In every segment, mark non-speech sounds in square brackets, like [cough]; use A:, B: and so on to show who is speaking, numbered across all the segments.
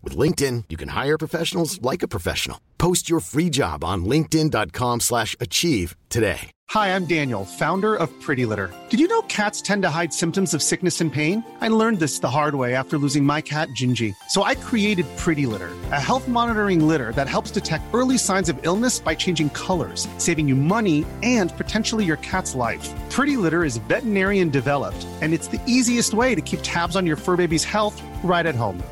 A: With LinkedIn, you can hire professionals like a professional. Post your free job on linkedin.com/achieve slash achieve today.
B: Hi, I'm Daniel, founder of Pretty Litter. Did you know cats tend to hide symptoms of sickness and pain? I learned this the hard way after losing my cat, Gingy. So I created Pretty Litter, a health monitoring litter that helps detect early signs of illness by changing colors, saving you money and potentially your cat's life. Pretty Litter is veterinarian developed, and it's the easiest way to keep tabs on your fur baby's health right at home.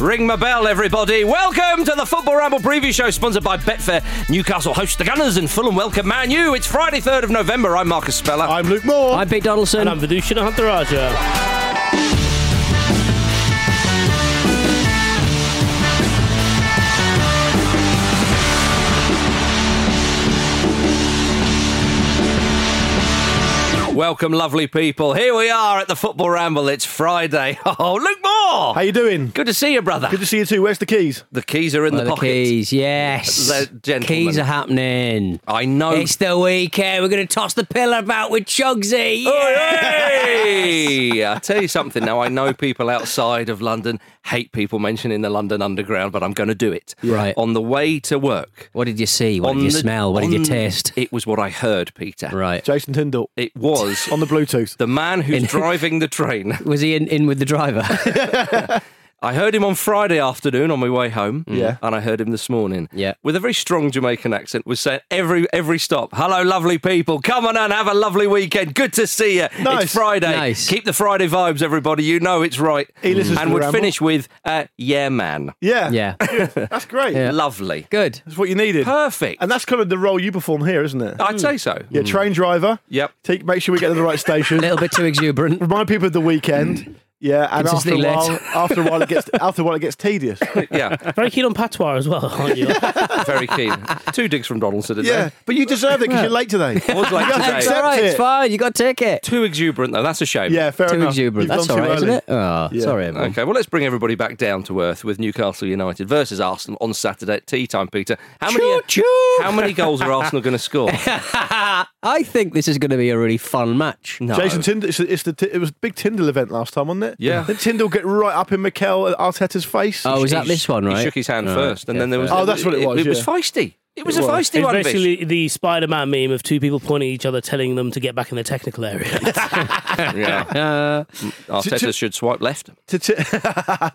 C: Ring my bell, everybody. Welcome to the Football Ramble preview show, sponsored by Betfair. Newcastle hosts the Gunners and Fulham welcome Man U. It's Friday, 3rd of November. I'm Marcus Speller.
D: I'm Luke Moore.
E: I'm Pete Donaldson.
F: And I'm Vidushina Hunteraja.
C: Welcome, lovely people. Here we are at the Football Ramble. It's Friday. [laughs] Oh, Luke Moore.
D: How you doing?
C: Good to see you, brother.
D: Good to see you too. Where's the keys?
C: The keys are in the
E: Well, the
C: pocket.
E: keys, yes.
C: The gentleman.
E: Keys are happening.
C: I know.
E: It's the weekend. We're going to toss the pillow about with Chugsy.
C: Oh. Hey! I tell you something now. I know people outside of London hate people mentioning the London Underground, but I'm going to do it.
E: Right.
C: On the way to work.
E: What did you see? What
C: on
E: did you
C: the-
E: smell? What did you
C: on-
E: taste?
C: It was what I heard, Peter.
E: Right.
D: Jason Tyndall.
C: It
E: [laughs]
C: was
D: On the Bluetooth.
C: the man who's
E: In-
C: driving the train. [laughs]
E: Was he in, in with the driver?
C: I heard him on Friday afternoon on my way home.
D: Yeah.
C: And I heard him this morning.
E: Mm. Yeah.
C: With a very strong Jamaican accent, was saying every every stop, hello, lovely people. Come on and have a lovely weekend. Good to see you. It's
D: Nice.
C: Friday.
E: Nice.
C: Keep the Friday vibes, everybody. You know it's right.
D: He listens
C: and
D: to the
C: would
D: Ramble.
C: finish with, uh, yeah, man.
D: Yeah.
E: yeah.
D: [laughs] That's great.
E: Yeah.
C: Lovely.
E: Good.
D: That's what you needed.
C: Perfect.
D: And that's kind of the role you perform here, isn't it?
C: I'd say so.
D: yeah, train driver.
C: Yep.
D: Take, make sure we get to the right
E: A
D: station.
E: [laughs] little bit
C: [laughs]
E: too exuberant.
D: Remind people of the
E: [clears throat]
D: weekend. Yeah, and after a
E: Consistently
D: while,
E: late.
D: after a while it
E: [laughs]
D: gets after a while it gets tedious.
C: Yeah,
F: Very keen on patois as well, aren't you?
C: [laughs] very keen. Two digs from Donaldson today.
D: yeah, but you deserved it because you're late
C: [laughs]
D: today.
C: I
D: [laughs]
C: was like,
D: You have to
C: today.
E: It's all
D: accept
E: right. It's
D: it.
E: fine. You got to take it.
C: Too exuberant, though. That's a shame.
D: Yeah, fair
E: too
D: enough.
E: exuberant.
D: You've
E: That's
D: gone
E: all
D: too
E: right, isn't
D: early.
E: it? Oh,
D: Yeah.
E: sorry, everyone.
C: Okay, well, let's bring everybody back down to earth with Newcastle United versus Arsenal on Saturday at tea time, Peter. How many, uh,
E: Choo-choo.
C: how many goals are Arsenal going to score?
E: [laughs] I think this is going to be a really fun match.
C: No.
D: Jason Tyndall, it's, it's the t- it was a big Tyndall event last time, wasn't it?
C: Yeah.
D: Did Tyndall get right up in Mikel Arteta's face?
E: Oh, is that
C: He
E: this
C: sh-
E: one, right?
C: He shook his hand
E: All right,
C: first, and
E: yeah,
C: then there was.
E: fair.
D: Oh, that's what it was,
C: It, was
D: yeah.
C: feisty. It was
D: It
C: a
D: was.
C: feisty
F: it's
C: one, Vish.
F: basically the Spider Man meme of two people pointing at each other, telling them to get back in the technical area.
C: Yeah. Mm,
E: Uh,
C: Arteta should swipe left.
D: To t-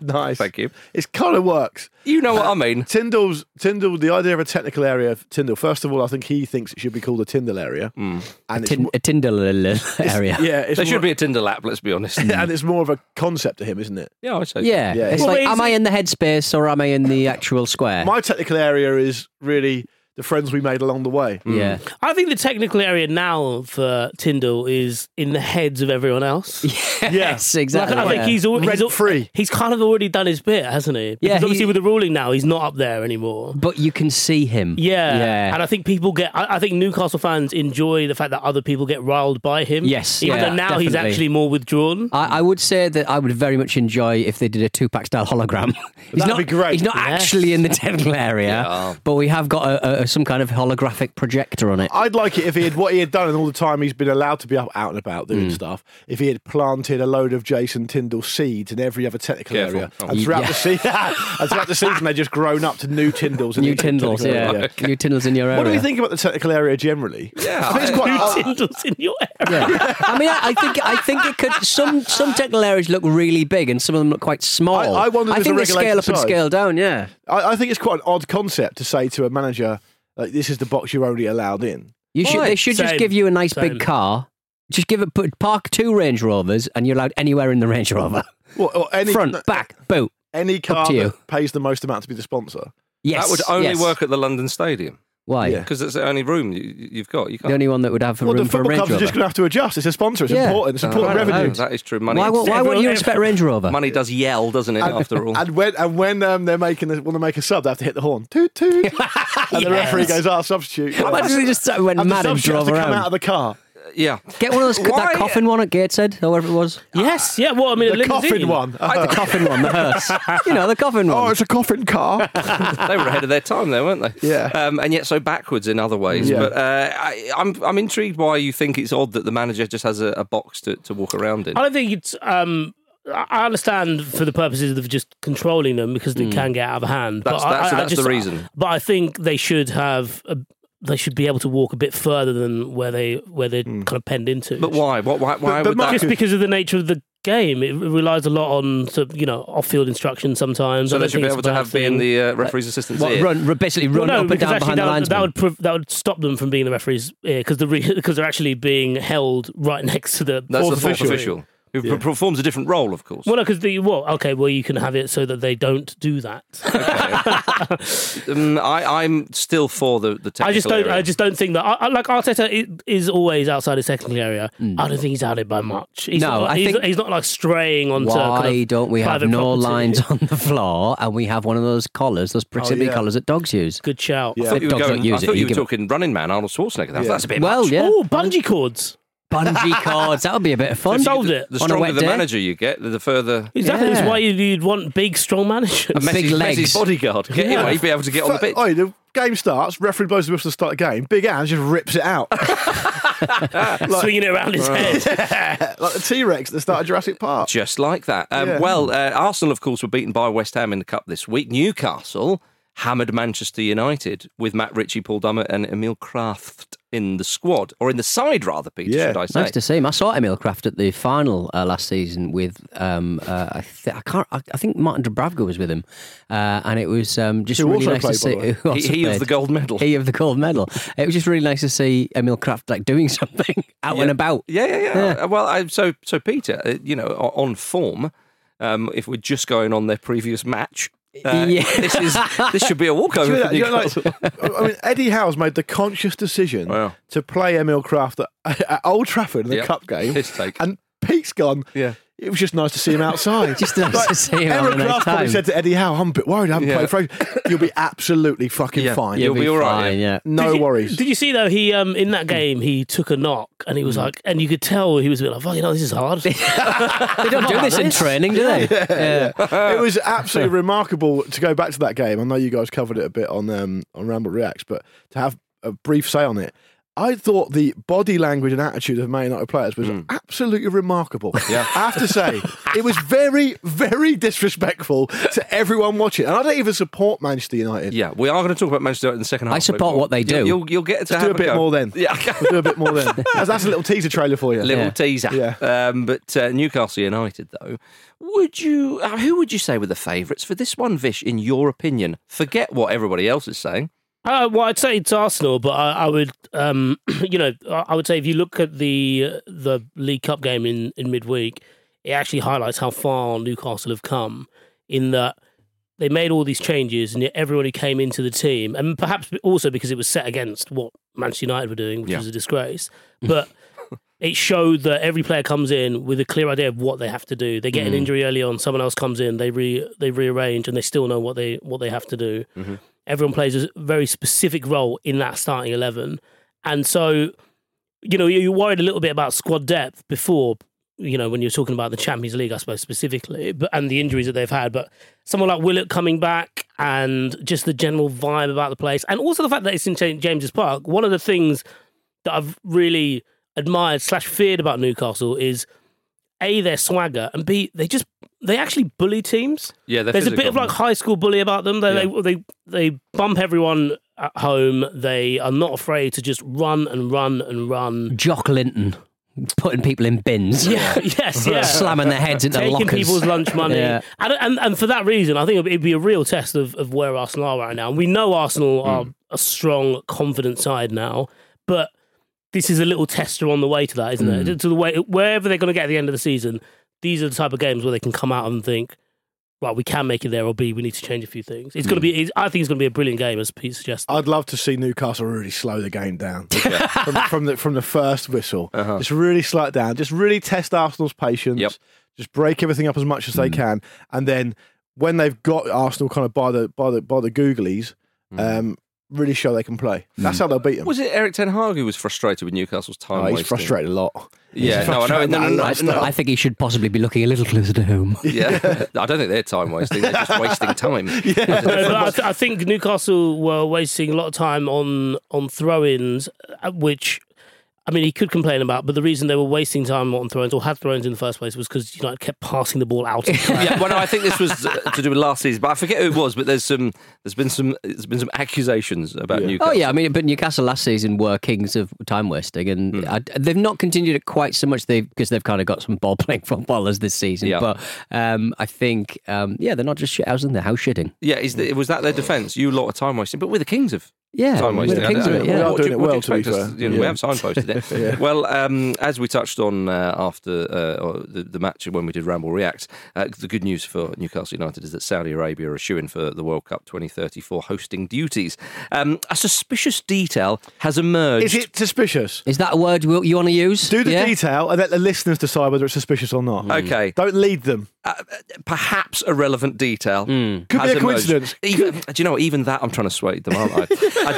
D: [laughs] nice.
C: Thank you.
D: It kind of works.
C: You know what I mean.
D: Tyndall's Tyndall. The idea of a technical area of Tyndall. First of all, I think he thinks it should be called a Tyndall area, and
E: tin- a Tyndall area.
D: [laughs] yeah, [laughs] it's
C: There Mm. should
D: more-
C: be a Tinder lap, let's
D: [laughs]
C: be honest.
D: and it's more of a concept to him, isn't it?
C: Yeah, I say. so.
E: Yeah.
D: Yeah.
E: It's
D: Well,
E: like,
F: wait,
E: am
F: is
E: I
F: it-
E: in the headspace or am I in the actual square?
D: My technical area is really the friends we made along the way.
C: Mm.
E: Yeah.
F: I think the technical area now for Tyndall is in the heads of everyone else.
E: [laughs] Yes, exactly.
F: Like, I
E: yeah.
F: think he's already
D: Rent free.
F: He's kind of already done his bit, hasn't he? Because
E: Yeah, he-
F: obviously with the ruling now, he's not up there anymore.
E: But you can see him.
F: Yeah.
E: Yeah.
F: and I think people get. I, I think Newcastle fans enjoy the fact that other people get riled by him.
E: Yes,
F: even
E: yeah,
F: though now he's
E: definitely.
F: actually more withdrawn.
E: I, I would say that I would very much enjoy if they did a Tupac style hologram. [laughs] he's
D: That'd
E: not,
D: be great.
E: He's not
F: Yes.
E: actually in the technical area, but we have got a, a, some kind of holographic projector on it.
D: I'd like it if he had what he had done, and all the time he's been allowed to be up, out and about doing
E: Mm.
D: stuff. If he had planted a load of Jason Tyndall seeds in every other technical
C: Careful.
D: area,
C: Oh.
D: and throughout
E: Yeah.
D: the [laughs] season, and throughout the
E: [laughs]
D: season, they just grown up to new Tyndalls. in
E: New
D: each technical
E: Tyndalls,
D: area.
E: yeah. New Tyndalls in your area.
D: What do we think about the technical area generally?
C: Yeah.
D: I think it's quite.
F: Who
D: I-
F: Tyndall's in your area?
E: Yeah. I mean, I, I think I think it could. Some some technical areas look really big, and some of them look quite small.
D: I- I wondered if
E: think
D: the
E: they scale
D: regulation
E: up and
D: size-
E: scale down. Yeah,
D: I, I think it's quite an odd concept to say to a manager, like, "This is the box you're only allowed in."
E: you should.
F: Right.
E: They should just
F: Same.
E: give you a nice
F: Same.
E: big car. Just give it. Put, park two Range Rovers, and you're allowed anywhere in the Range Rover.
D: Or, or any
E: Front,
D: no,
E: back, boot.
D: any car
E: to you.
D: that pays the most amount to be the sponsor.
E: Yes,
C: that would only
E: yes.
C: work at the London Stadium
E: Why?
D: Yeah.
C: because it's the only room you, you've got. You
E: The
C: can't.
E: only one that would have a
D: well,
E: room
D: the
E: for a
D: football
E: Range
D: clubs are
E: Rover.
D: just going to have to adjust. It's a sponsor. It's
E: Yeah.
D: important. It's
C: No,
D: important
C: I don't
D: revenue.
C: know. That is true. Money.
E: Why, why wouldn't you expect Range
C: [laughs]
E: Rover?
C: Money does yell, doesn't it? After all,
D: And when and when um, they're making the, want to make a sub, they have to hit the horn. Toot toot.
E: [laughs]
D: and the referee goes, "Ah, substitute."
E: How much they just went
D: and the
E: mad and
D: substitute has
E: drove
D: to come
E: around?
D: out of the car.
C: yeah.
E: Get one of those
C: Why-
E: that coffin one at Gateshead, however it was.
F: Yes, yeah. Well, I mean, a
D: The
F: limousine.
D: coffin one.
E: the Oh, coffin one, the hearse. You know, the coffin one.
D: Oh, it's a coffin
E: [laughs]
D: car.
C: they were ahead of their time, there, weren't they?
D: Yeah.
C: Um, and yet so backwards in other ways.
D: Yeah.
C: But uh, I, I'm I'm intrigued why you think it's odd that the manager just has a, a box to, to walk around in.
F: I don't think it's. Um, I I understand for the purposes of just controlling them because they can get out of hand.
C: Mm. That's-
F: but I-
C: that's-
F: I, I
C: that's the
F: just-
C: reason.
F: But I think they should have. A, they should be able to walk a bit further than where they where they are kind of penned into.
C: But why? What? Why, why
D: but
C: would
D: Marcus-
F: Just
C: that?
F: because of the nature of the game, it relies a lot on sort of, you know off field instruction sometimes.
C: So
F: I
C: they
F: don't
C: should be
F: think
C: able
F: it's a
C: to
F: bad
C: have being
F: thing.
C: the uh, referee's assistant's
E: What,
C: ear.
E: run, re- basically
F: Well,
E: run
F: no,
E: up and
F: because
E: down
F: actually
E: behind the
F: that, would- that
E: linesman.
F: would prov- that would stop them from being the referees because the [laughs] because they're actually being held right next to the
C: That's the
D: Fourth
C: fourth
D: official.
C: official who p- performs a different role, of course.
F: Well, no, because the well, okay, well, you can have it so that they don't do that. [laughs]
C: Um, I, I'm still for the the technical
F: I just don't.
C: area.
F: I just don't think that. I, I- like Arteta i- is always outside his technical area. I don't think he's out it by much. He's
E: No,
F: not,
E: I
F: he's,
E: think-
F: he's not like straying onto.
E: Why
F: kind of
E: don't we have
F: private
E: no
F: property.
E: lines on the floor and we have one of those collars,
C: Oh,
E: those proximity
D: yeah.
E: collars that dogs use?
F: Good shout.
D: Yeah.
C: I thought you were,
E: Dogs don't
C: going, I
E: use it,
C: thought
E: you
C: you were
E: give it-
C: talking Running Man, Arnold Schwarzenegger. That's,
D: Yeah.
C: that's a bit
E: Well,
C: much.
E: yeah,
F: Oh, bungee cords.
C: [laughs]
E: bungee cords. That would be a bit of fun.
F: Solved it.
C: The
E: on a
C: stronger
E: wet
C: the
E: day.
C: manager you get, the further
F: Exactly. That's
E: Yeah.
F: why you'd, you'd want big, strong
C: a
F: managers.
C: Messi's,
E: legs.
C: Messi's
E: [laughs]
C: bodyguard. Get him, he'd be able to get on the pitch.
D: Oi, the game starts. Referee blows the whistle to start the game. Big Ange just rips it out [laughs]
F: swinging it around his head.
D: like the T Rex that started Jurassic Park.
C: Just like that. Um,
D: Yeah.
C: Well, uh, Arsenal, of course, were beaten by West Ham in the Cup this week. Newcastle hammered Manchester United with Matt Ritchie, Paul Dummett, and Emil Kraft in the squad, or in the side, rather, Peter,
D: Yeah.
C: should I say.
E: Nice to see him. I saw Emil Kraft at the final uh, last season with um, uh, I, th- I can't I, I think Martin Dubravka was with him, uh, and it was um, just
D: Who
E: really
D: also
E: nice to
D: played, by the
E: see.
D: way.
E: [laughs]
C: He-
E: who also
C: he of
E: played.
C: the gold medal.
E: He of the gold medal. it was just really nice to see Emil Kraft like doing [laughs] something out and about.
C: Yeah, yeah, yeah. Uh, Well, I, so so Peter, uh, you know, o- on form, um, if we're just going on their previous match, uh,
E: [laughs] Yeah.
C: this is this should be a
D: [laughs] Do
C: walkover.
D: you know
C: for
D: that? Do you know, like,
C: Newcastle.
D: I mean, Eddie Howe's made the conscious decision
C: Wow.
D: to play Emil Kraft at, at Old Trafford in the
C: Yep.
D: cup game.
C: His take.
D: And Pete's gone.
C: Yeah.
D: It was just nice to see him outside.
E: Just nice to see him
D: Emil
E: having a nice
D: Kraft probably
E: time.
D: said to Eddie Howe, "I'm a bit worried. I haven't
C: Yeah.
D: played for ages." You'll be absolutely fucking
C: Yeah.
D: fine.
C: You'll be all right.
E: fine, Yeah.
D: No
F: Did you-
D: worries.
F: Did you see though? He um in that game he took a knock and he was like, and you could tell he was a bit like, fucking hell, this is hard.
E: They don't do this in training, do they? Yeah.
C: Ah.
D: it was absolutely
C: [laughs]
D: remarkable to go back to that game. I know you guys covered it a bit on um, on Ramble Reacts, but to have a brief say on it. I thought the body language and attitude of Man United players was absolutely remarkable.
C: Hmm. [laughs] Yeah.
D: I have to say, it was very, very disrespectful to everyone watching. And I don't even support Manchester United.
C: yeah, we are going to talk about Manchester United in the second half.
E: I support
C: but
E: what they do.
C: You'll, you'll, you'll get to
D: Let's
C: have
D: do a bit
C: go.
D: more then.
C: Yeah. [laughs]
D: We'll do a bit more then. That's, that's a little teaser trailer for you.
C: Little
E: Yeah.
C: teaser,
D: Yeah.
C: um, but uh, Newcastle United though, would you? Uh, who would you say were the favourites for this one, Vish? In your opinion, forget what everybody else is saying.
F: Uh, well, I'd say it's Arsenal, but I, I would, um, [clears throat] you know, I I would say if you look at the the League Cup game in, in midweek, it actually highlights how far Newcastle have come. In that they made all these changes, and yet everyone who came into the team, and perhaps also because it was set against what Manchester United were doing, which
C: Yeah.
F: was a disgrace, but [laughs] it showed that every player comes in with a clear idea of what they have to do. They get an injury early on, someone else comes in, they re they rearrange, and they still know what they what they have to do. Everyone plays a very specific role in that starting eleven, and so you know you you worried a little bit about squad depth before. You know when you're talking about the Champions League, I suppose specifically, but and the injuries that they've had, but someone like Willock coming back and just the general vibe about the place, and also the fact that it's in St James's Park. One of the things that I've really admired slash feared about Newcastle is a their swagger and b they just they actually bully teams.
C: Yeah, they're
F: There's a bit
C: physical.
F: of like high school bully about them. They,
C: Yeah.
F: they they they bump everyone at home. They are not afraid to just run and run and run.
E: Jock Linton putting people in bins.
F: [laughs] Yeah, yes, yeah.
E: Slamming their heads into
F: Taking
E: lockers.
F: people's lunch money,
E: [laughs] Yeah.
F: and, and and for that reason, I think it'd be a real test of, of where Arsenal are right now. And we know Arsenal
C: Hmm.
F: are a strong, confident side now, but this is a little tester on the way to that, isn't
C: Hmm.
F: it? To the way wherever they're going to get at the end of the season, these are the type of games where they can come out and think, right, we can make it there, or B, we need to change a few things. It's going to be, it's, I think it's going to be a brilliant game, as Pete suggested.
D: I'd love to see Newcastle really slow the game down
C: [laughs]
D: from, from the from the first whistle. Just really slow it down. Just really test Arsenal's patience.
C: Uh-huh. Yep. Mm.
D: Just break everything up as much as they can, and then when they've got Arsenal kind of by the by the by the googlies, um, really show they can play. That's how they'll beat them.
C: Mm. Was it Eric Ten Hag who was frustrated with Newcastle's time?
D: Oh, he's
C: wasting?
D: frustrated a lot.
C: Yeah,
D: He's
C: no, I know.
D: frustrated
C: No, no,
D: a
C: no,
D: lot.
C: no,
E: I think he should possibly be looking a little closer to home.
C: Yeah, [laughs] I don't think they're time wasting. They're just [laughs] wasting time. yeah.
F: [laughs] No, but I, th- I think Newcastle were wasting a lot of time on on throw-ins, uh, which I mean he could complain about. But the reason they were wasting time on throw-ins or had throw-ins in the first place was because United kept passing the ball
C: [laughs]
F: out. Of play.
C: well, no, I think this was uh, to do with last season, but I forget who it was. But there's some, there's been some, there's been some accusations about Newcastle.
E: Oh yeah, I mean, but Newcastle last season were kings of time wasting, and
C: Hmm.
E: I, they've not continued it quite so much. They because they've kind of got some ball playing [laughs] footballers this season.
C: Yeah.
E: But um, I think um, yeah, they're not just shithousing; they're house shitting.
C: yeah. Is the, was that their defence? You lot are time wasting, but we're the kings of
E: Yeah,
C: time
E: we're
C: wasting.
E: the kings of it.
D: We
E: Yeah.
D: are
C: What do you-
D: doing it
C: what do you
D: well, to be
C: expect us
D: fair.
C: you know, We
D: Yeah.
C: have signposted
D: [laughs]
C: it. Well, um, as we touched on uh, after uh, or the, the match when we did Ramble Reacts, uh, the good news for Newcastle United is that Saudi Arabia are shooing for the World Cup 2034 hosting duties. Um, a suspicious detail has emerged.
D: Is it suspicious?
E: Is that a word we- you want to use?
D: Do the
E: Yeah?
D: detail and let the listeners decide whether it's suspicious or
E: Hmm.
D: not.
C: Okay.
D: Don't lead them.
C: perhaps a relevant detail.
E: Hmm.
D: Could be
C: has
D: a coincidence.
C: emerged. Even, do you know, what? even that I'm trying to sway them, aren't
D: [laughs]
C: I?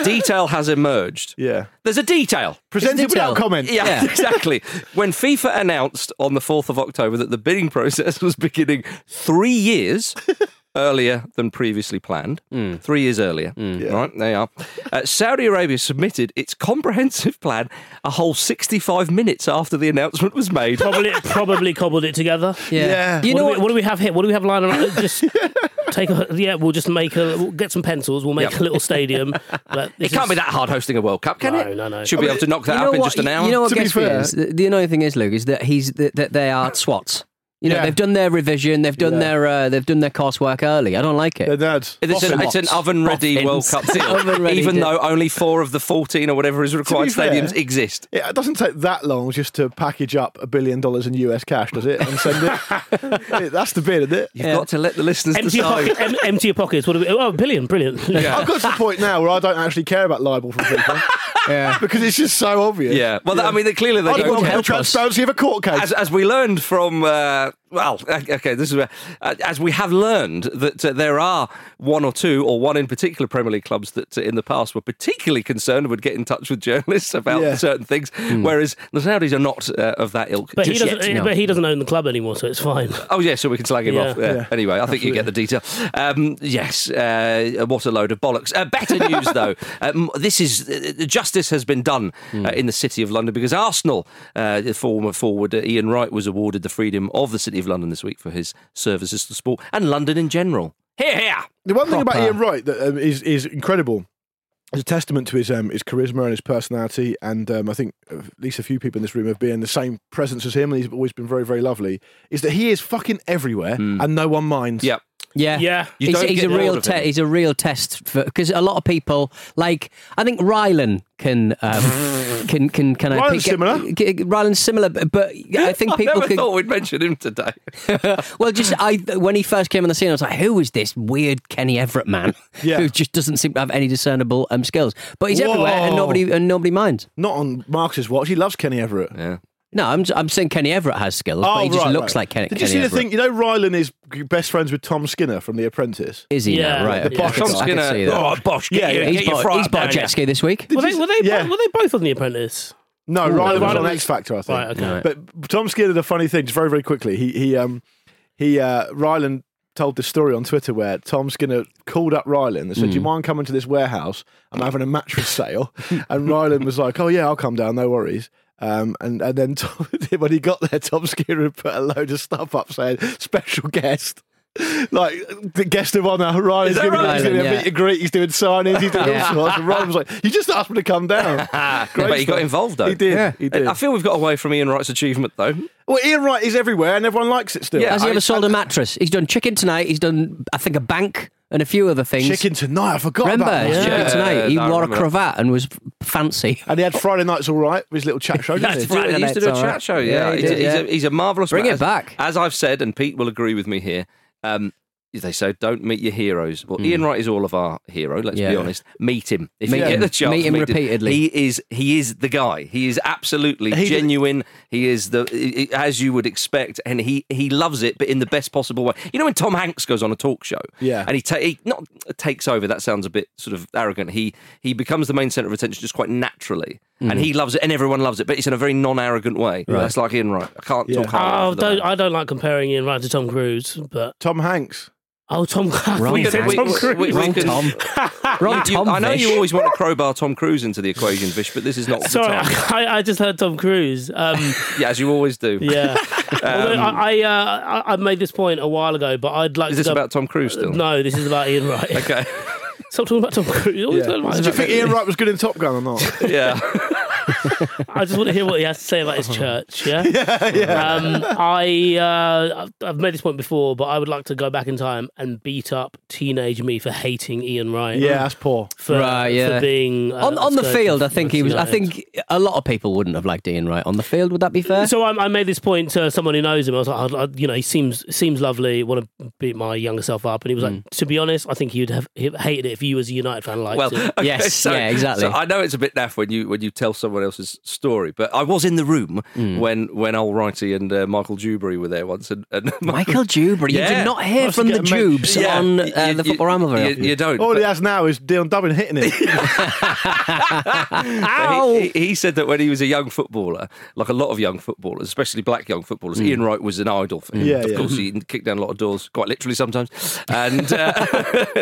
C: a detail has emerged.
D: Yeah.
C: There's a detail.
D: Presented
E: detail.
D: without comment.
C: Yeah, [laughs]
E: Yeah.
C: exactly. When FIFA announced on the 4th of October that the bidding [laughs] process was beginning three years
E: [laughs]
C: earlier than previously planned, three years earlier, right? They are. Uh, Saudi Arabia submitted its comprehensive plan a whole 65 minutes after the announcement was made.
F: probably probably cobbled it together.
E: Yeah.
D: Yeah.
E: You
F: what,
E: know
F: do
E: what?
F: we, what do we have here? What do we have lying around?
E: [laughs]
F: Just take a yeah. We'll just make a we'll get some pencils. We'll make
C: Yeah.
F: a little
E: [laughs]
F: stadium. But
C: It
F: this
C: can't
F: is-
C: be that hard hosting a World Cup, can
F: [laughs] No,
C: it?
F: no, no.
C: Should be able to knock that up in just an hour.
E: You know what
D: To be
E: gets me
D: fair-
E: is the, the annoying thing is, Luke, is that he's that, that they are swats. You know,
D: Yeah.
E: they've done their revision, they've done
D: Yeah.
E: their uh, they've done their coursework early. I don't like
D: They're
E: it.
D: nerds.
C: It's an, it's an
E: Boffins.
C: oven ready World
E: Boffins.
C: Cup deal,
E: [laughs] Oven-ready
C: even
E: deal.
C: though only four of the 14 or whatever is required
D: fair-
C: stadiums exist.
D: Yeah, it doesn't take that long just to package up a billion dollars in US cash, does it? And send it. That's the bid, isn't it?
C: You've got to let the listeners
F: empty your,
C: decide.
F: pocket, em, empty your pockets. What do we? Oh, brilliant,
E: [laughs]
F: brilliant.
D: I've got to the point now where I don't actually care about libel from people because it's just so obvious.
C: Yeah. Well, that- I mean, they- clearly they
D: I
C: don't
D: don't want the
C: help us.
D: transparency of a court case.
C: As, as we learned from, uh, well, okay, this is where, uh, as we have learned that uh, there are one or two, or one in particular, Premier League clubs that uh, in the past were particularly concerned would get in touch with journalists about
D: Yeah.
C: certain things,
E: Hmm.
C: whereas the Saudis are not uh, of that ilk.
F: But he
C: just
F: doesn't.
C: yet.
E: no.
F: But he doesn't own the club anymore, so it's fine.
C: [laughs] Oh yeah, so we can slag him
F: Yeah.
C: off. Yeah.
D: Yeah.
C: Anyway, I think you get the detail. Um, yes, uh, what a load of bollocks. Uh,
E: [laughs]
C: better news though. Um, this is uh, justice has been done
E: Hmm.
C: uh, in the city of London because Arsenal, uh, the former forward uh, Ian Wright, was awarded the freedom of the city of London this week for his services to sport and London in general. Here, here.
D: The one thing about
E: Proper.
D: Ian Wright that um, is is incredible. It's a testament to his um, his charisma and his personality, and um, I think at least a few people in this room have been the same presence as him, and he's always been very very lovely. Is that he is fucking everywhere and no one minds.
C: Hmm. Yep.
E: Yeah,
F: Yeah. You
E: he's,
C: don't
E: he's
C: get
E: a real
C: bored of him.
E: te- he's a real test because a lot of people like I think Rylan can
C: [laughs]
E: um, can can can I
D: Rylan's similar.
E: G- Rylan's similar, but, but I
C: [laughs]
E: think people
C: never
E: could.
C: thought we'd mention him today.
E: well, just I when he first came on the scene, I was like, who is this weird Kenny Everett man [laughs]
D: Yeah.
E: who just doesn't seem to have any discernible um, skills? But he's everywhere, and
D: Whoa.
E: nobody and nobody minds.
D: Not on Marcus's watch. He loves Kenny Everett.
C: yeah.
E: No, I'm I'm saying Kenny Everett has skills, but he just
D: Oh, right,
E: looks
D: right.
E: like Kenny.
D: Did you
E: Kenny
D: see the
E: Everett.
D: thing? You know, Rylan is best friends with Tom Skinner from The Apprentice.
E: Is he
F: Yeah,
E: now? Right,
F: the
E: okay,
F: Bosch.
E: I can-
C: Tom
E: I can
C: Skinner.
E: see that.
C: Oh, Bosch, get
D: Yeah,
C: your,
D: yeah.
C: get
E: He's
C: your
E: bought,
C: fry
E: he's
C: up
E: bought a
C: down
E: jet ski this week.
F: Were they, were, they
D: yeah.
F: both, were they both on The Apprentice?
D: No, Rylan was
F: Rylan
D: on
F: was-
D: X Factor, I think.
F: Right, okay. No.
D: But Tom Skinner did a funny thing, just very, very quickly. He, he, um, he, uh, Rylan told this story on Twitter where Tom Skinner called up Rylan and said, Do you mind coming to this warehouse? I'm having a mattress sale. [laughs] and Rylan was like, Oh, yeah, I'll come down, no worries. Um, and, and then Tom, [laughs] when he got there, Tom Skinner had put a load of stuff up saying, Special guest. [laughs] Like the guest of honour, Rylan's
C: that
D: giving
C: right?
D: he's doing
E: Rylan,
D: a
E: yeah.
D: meet and greet, he's doing signings, he's
C: [laughs]
D: doing
E: Yeah.
D: all sorts. And Rylan was like, "You just asked me to come down."
C: Yeah, [laughs] but he got
D: stuff.
C: involved though.
D: He did. He did.
C: I feel we've got away from Ian Wright's achievement though.
D: well, Ian Wright is everywhere, and everyone likes it still.
C: Yeah.
E: Has he
C: I-
E: ever sold
C: I-
E: a mattress? He's done chicken tonight. He's done, I think, a bank and a few other things.
D: Chicken tonight. I forgot
E: Remember,
D: about that.
E: it's
C: Yeah.
E: chicken tonight. He
C: no, I
E: wore a
C: remember that.
E: cravat and was f-
C: [laughs]
E: fancy.
D: And he had Friday nights all right with his little chat show.
E: That's
D: didn't he?
E: right.
C: he used to do a
E: That's
C: chat
E: all right.
C: show.
E: Yeah,
C: Yeah,
E: he
C: he's,
E: did,
C: he's
E: yeah.
C: A, he's a marvelous.
E: Bring
C: man.
E: it
C: As-
E: back.
C: as I've said, and Pete will agree with me here. Um, they say don't meet your heroes. Well, Ian Wright is all of our hero. Let's
E: Hmm. Yeah.
C: be honest. Meet him if
E: Meet
C: you
E: him.
C: get the chance.
E: Meet him repeatedly.
C: He is he is the guy. He is absolutely
D: He-
C: genuine. He is the i- i- as you would expect, and he he loves it, but in the best possible way. You know when Tom Hanks goes on a talk show,
D: Yeah.
C: and he, ta- he not takes over. That sounds a bit sort of arrogant. He he becomes the main center of attention just quite naturally, and he loves it, and everyone loves it, but it's in a very non-arrogant way. That's like Ian Wright. I can't
D: Yeah.
C: talk highly
F: Oh,
C: of the man.
F: don't, I don't like comparing Ian Wright to Tom Cruise, but
D: Tom Hanks.
F: oh, Tom,
E: Wrong
F: we said
E: Hanks.
F: Tom
E: We-
F: Cruise.
C: we- we
E: Wrong
C: could- [laughs]
E: Tom. Wrong
C: You-
E: Tom.
C: I know you
E: Fish.
C: always want to crowbar Tom Cruise into the equation, Vish, but this is not
F: Sorry,
C: the time.
F: [laughs] I, I just heard Tom Cruise. Um,
C: [laughs] Yeah, as you always do. [laughs]
F: yeah, Although I I, uh, I I made this point a while ago, but I'd like
C: Um, Is
F: to
C: this
F: go-
C: about Tom Cruise still?
F: No, this is about Ian
C: [laughs]
F: Wright. [laughs]
C: Okay.
F: Stop talking about Tom Cruise. Always
D: Yeah.
F: talking about
D: Do you
F: Tom
D: think
F: Cruise.
D: Ian Wright was good in Top Gun or
C: [laughs]
D: not?
C: Yeah.
F: I just want to hear what he has to say about
C: [laughs]
F: his church. Yeah, yeah. Um, I uh, I've- I've made this point before, but I would like to go back in time and beat up teenage me for hating Ian Wright.
D: yeah, that's poor.
F: for,
E: Right, yeah.
F: for being uh,
E: on on the
F: obscure
E: field, I
F: to
E: think he was. I
F: United.
E: think a lot of people wouldn't have liked Ian Wright on the field. Would that be fair?
F: Mm, So I, I made this point to someone who knows him. I was like, I, I, you know, he seems seems lovely. Want to beat my younger self up, and he was
E: Mm.
F: like, to be honest, I think he'd have he'd hated it if you as a United fan liked
C: Well,
F: it.
E: [laughs]
C: okay,
E: Yes,
C: so-
E: yeah, exactly.
C: So I know it's a bit naff when you when you tell someone else's story, but I was in the room
E: Hmm.
C: when when old Wrighty and uh, Michael Dewberry were there once, and, and [laughs]
E: Michael Juber, you
C: Yeah.
E: did not hear from the
D: get men-
E: Jubes on uh,
C: you-
E: the
C: you-
E: football ramble very
C: You,
E: often.
C: you don't.
D: All
C: but-
D: he has now is Dion Dubbin hitting
C: [laughs]
D: it.
C: But He,
D: Oh.
C: he- he said that when he was a young footballer, like a lot of young footballers, especially black young footballers, Ian Wright was an idol for him.
D: Hmm. Yeah,
C: of
D: yeah. Hmm.
C: course, he kicked down a lot of doors, quite literally sometimes. And uh, [laughs]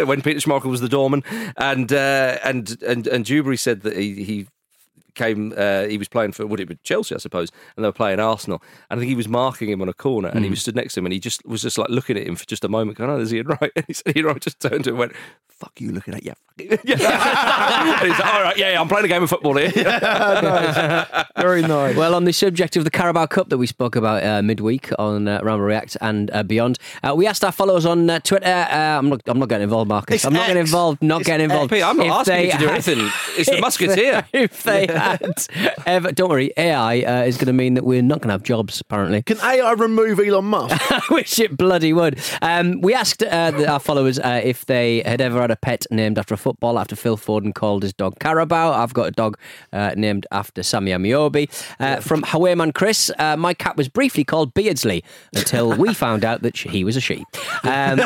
C: when Peter Schmeichel was the doorman, and uh, and and and Dewberry said that he. he Came, uh, he was playing for would it be Chelsea, I suppose, and they were playing Arsenal. And I think he was marking him on a corner,
D: Hmm.
C: and he was stood next to him, and he just was just like looking at him for just a moment, going, "Oh, there's Ian Wright." [laughs] And he said, Ian Wright just turned to him and went, "Fuck you, looking at yeah." fuck you." [laughs] yeah. and he's like, "All right, yeah, yeah, I'm playing a game of football here."
D: Very nice.
E: Well, on the subject of the Carabao Cup that we spoke about uh, midweek on uh, Ramble React and uh, beyond, uh, we asked our followers on uh, Twitter. Uh, I'm not, I'm not getting involved, Marcus.
D: It's
E: I'm not getting
D: X.
E: involved. Not
D: It's
E: getting involved.
C: Pete, I'm not
E: If
C: asking
E: they
C: you to do
E: had- [laughs]
C: anything. It's the
E: if
C: musketeer.
E: they-
C: [laughs]
E: If they had ever, don't worry, AI uh, is going to mean that we're not going to have jobs. Apparently,
D: Can AI remove Elon
C: [laughs]
D: Musk?
E: [laughs] I wish it bloody would. Um, we asked uh, the, our followers uh, if they had ever had a pet named after a football after Phil Foden called his dog Carabao. I've got a dog uh, named after Sammy Amiobi. Uh, from Hawaiiman Chris, uh, my cat was briefly called Beardsley until we found out that she, he was a she. Um,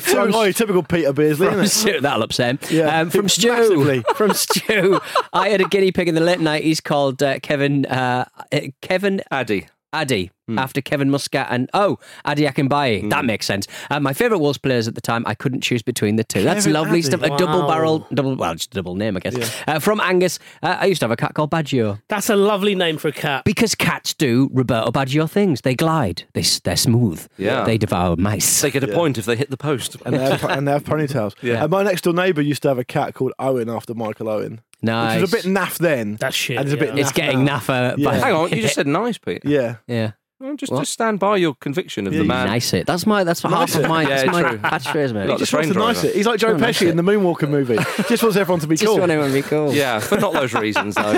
E: from,
D: oh, typical Peter Beardsley,
E: from
D: isn't it?
E: Stu, that'll upset him.
D: Yeah.
E: Um, from Stu,
D: Massively.
E: from Stu, I had a guinea pig in the late nineties called uh, Kevin uh, uh, Kevin
C: Addy. Hmm.
E: Addy after Kevin Muscat and oh Addy Akinbaye. That makes sense. Uh, my favourite Wolves players at the time. I couldn't choose between the two. That's
D: Kevin
E: lovely
D: Addy.
E: stuff. A double
F: Wow.
E: barrel, double well, just a double name, I guess. Uh, from Angus, uh, I used to have a cat called Baggio
F: That's a lovely name for a cat.
E: because cats do Roberto Baggio things. They glide. They s- they're smooth.
C: Yeah.
E: They devour mice.
C: They get a point if they hit the post.
D: And uh, they
C: [laughs]
D: have, and they have ponytails.
C: Yeah.
D: And my next door neighbour used to have a cat called Owen after Michael Owen.
E: nice.
D: Which was a bit naff then.
F: That's shit,
D: And it's a bit
F: yeah.
E: it's
D: naff
E: getting
D: now.
E: naffer.
D: Yeah.
E: by-
C: Hang on, you just said nice, Pete.
D: Yeah.
E: Yeah.
C: Well, just,
E: What?
C: just stand by your conviction of the man.
E: Nice it. That's my. That's half of
D: it.
E: my.
C: Um, Yeah,
E: that's my
C: true.
E: catchphrase, mate.
C: Like the
D: Just
C: train
D: wants to nice
C: driver.
D: it. He's like Joe
E: Oh, nice
D: Pesci in the Moonwalker movie. Just wants everyone to be
E: Just
D: cool.
E: want everyone to be cool.
C: Yeah, for not those
D: [laughs]
C: reasons, though.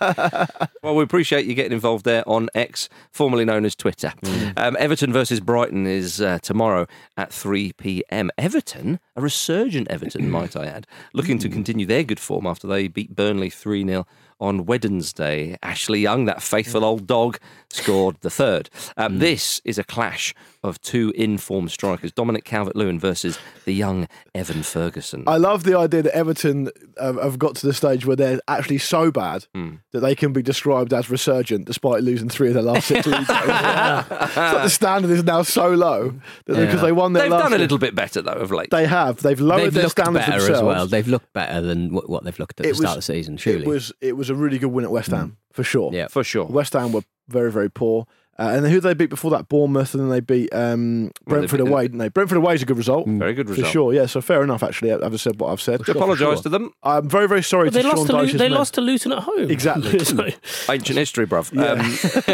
C: well, we appreciate you getting involved there on X, formerly known as Twitter.
D: Mm.
C: Um, Everton versus Brighton is uh, tomorrow at 3 p.m. Everton, a resurgent
D: [clears throat]
C: Everton, might I add, looking to continue their good form after they beat Burnley 3 0 on Wednesday. Ashley Young, that faithful old dog, scored the third. Um,
D: Mm.
C: This is a clash of two informed strikers Dominic Calvert Lewin versus the young Evan Ferguson.
D: I love the idea that Everton uh, have got to the stage where they're actually so bad that they can be described as resurgent despite losing three of their last six league games. It's like the standard is now so low that because
E: Yeah.
D: they won their
C: They've
D: last
C: done a
D: six-
C: little bit better, though, of late.
D: They have. They've lowered
E: They've
D: their
E: looked better
D: standards themselves.
E: as well. They've looked better than what, what they've looked at the
D: It
E: start
D: was-
E: of the season. Surely.
D: It was it was a really good win at West Ham for sure.
E: Yeah.
C: Mm. For sure.
D: West Ham were very very poor. Uh, and then who did they beat before that? Bournemouth, and then they beat um,
C: Well, they
D: Brentford
C: beat-
D: away, didn't they? Brentford away is a good result.
F: Mm.
C: Very good
D: For
C: result.
D: sure, yeah. So fair enough, actually. I've I've said what I've said.
C: To apologise to them.
D: I'm very, very sorry
F: But they
D: to Sean
F: lost to Lu-
D: Dyche's
F: they
D: men.
F: lost to Luton at home. [laughs]
D: Exactly.
F: So-
C: Ancient history, bruv.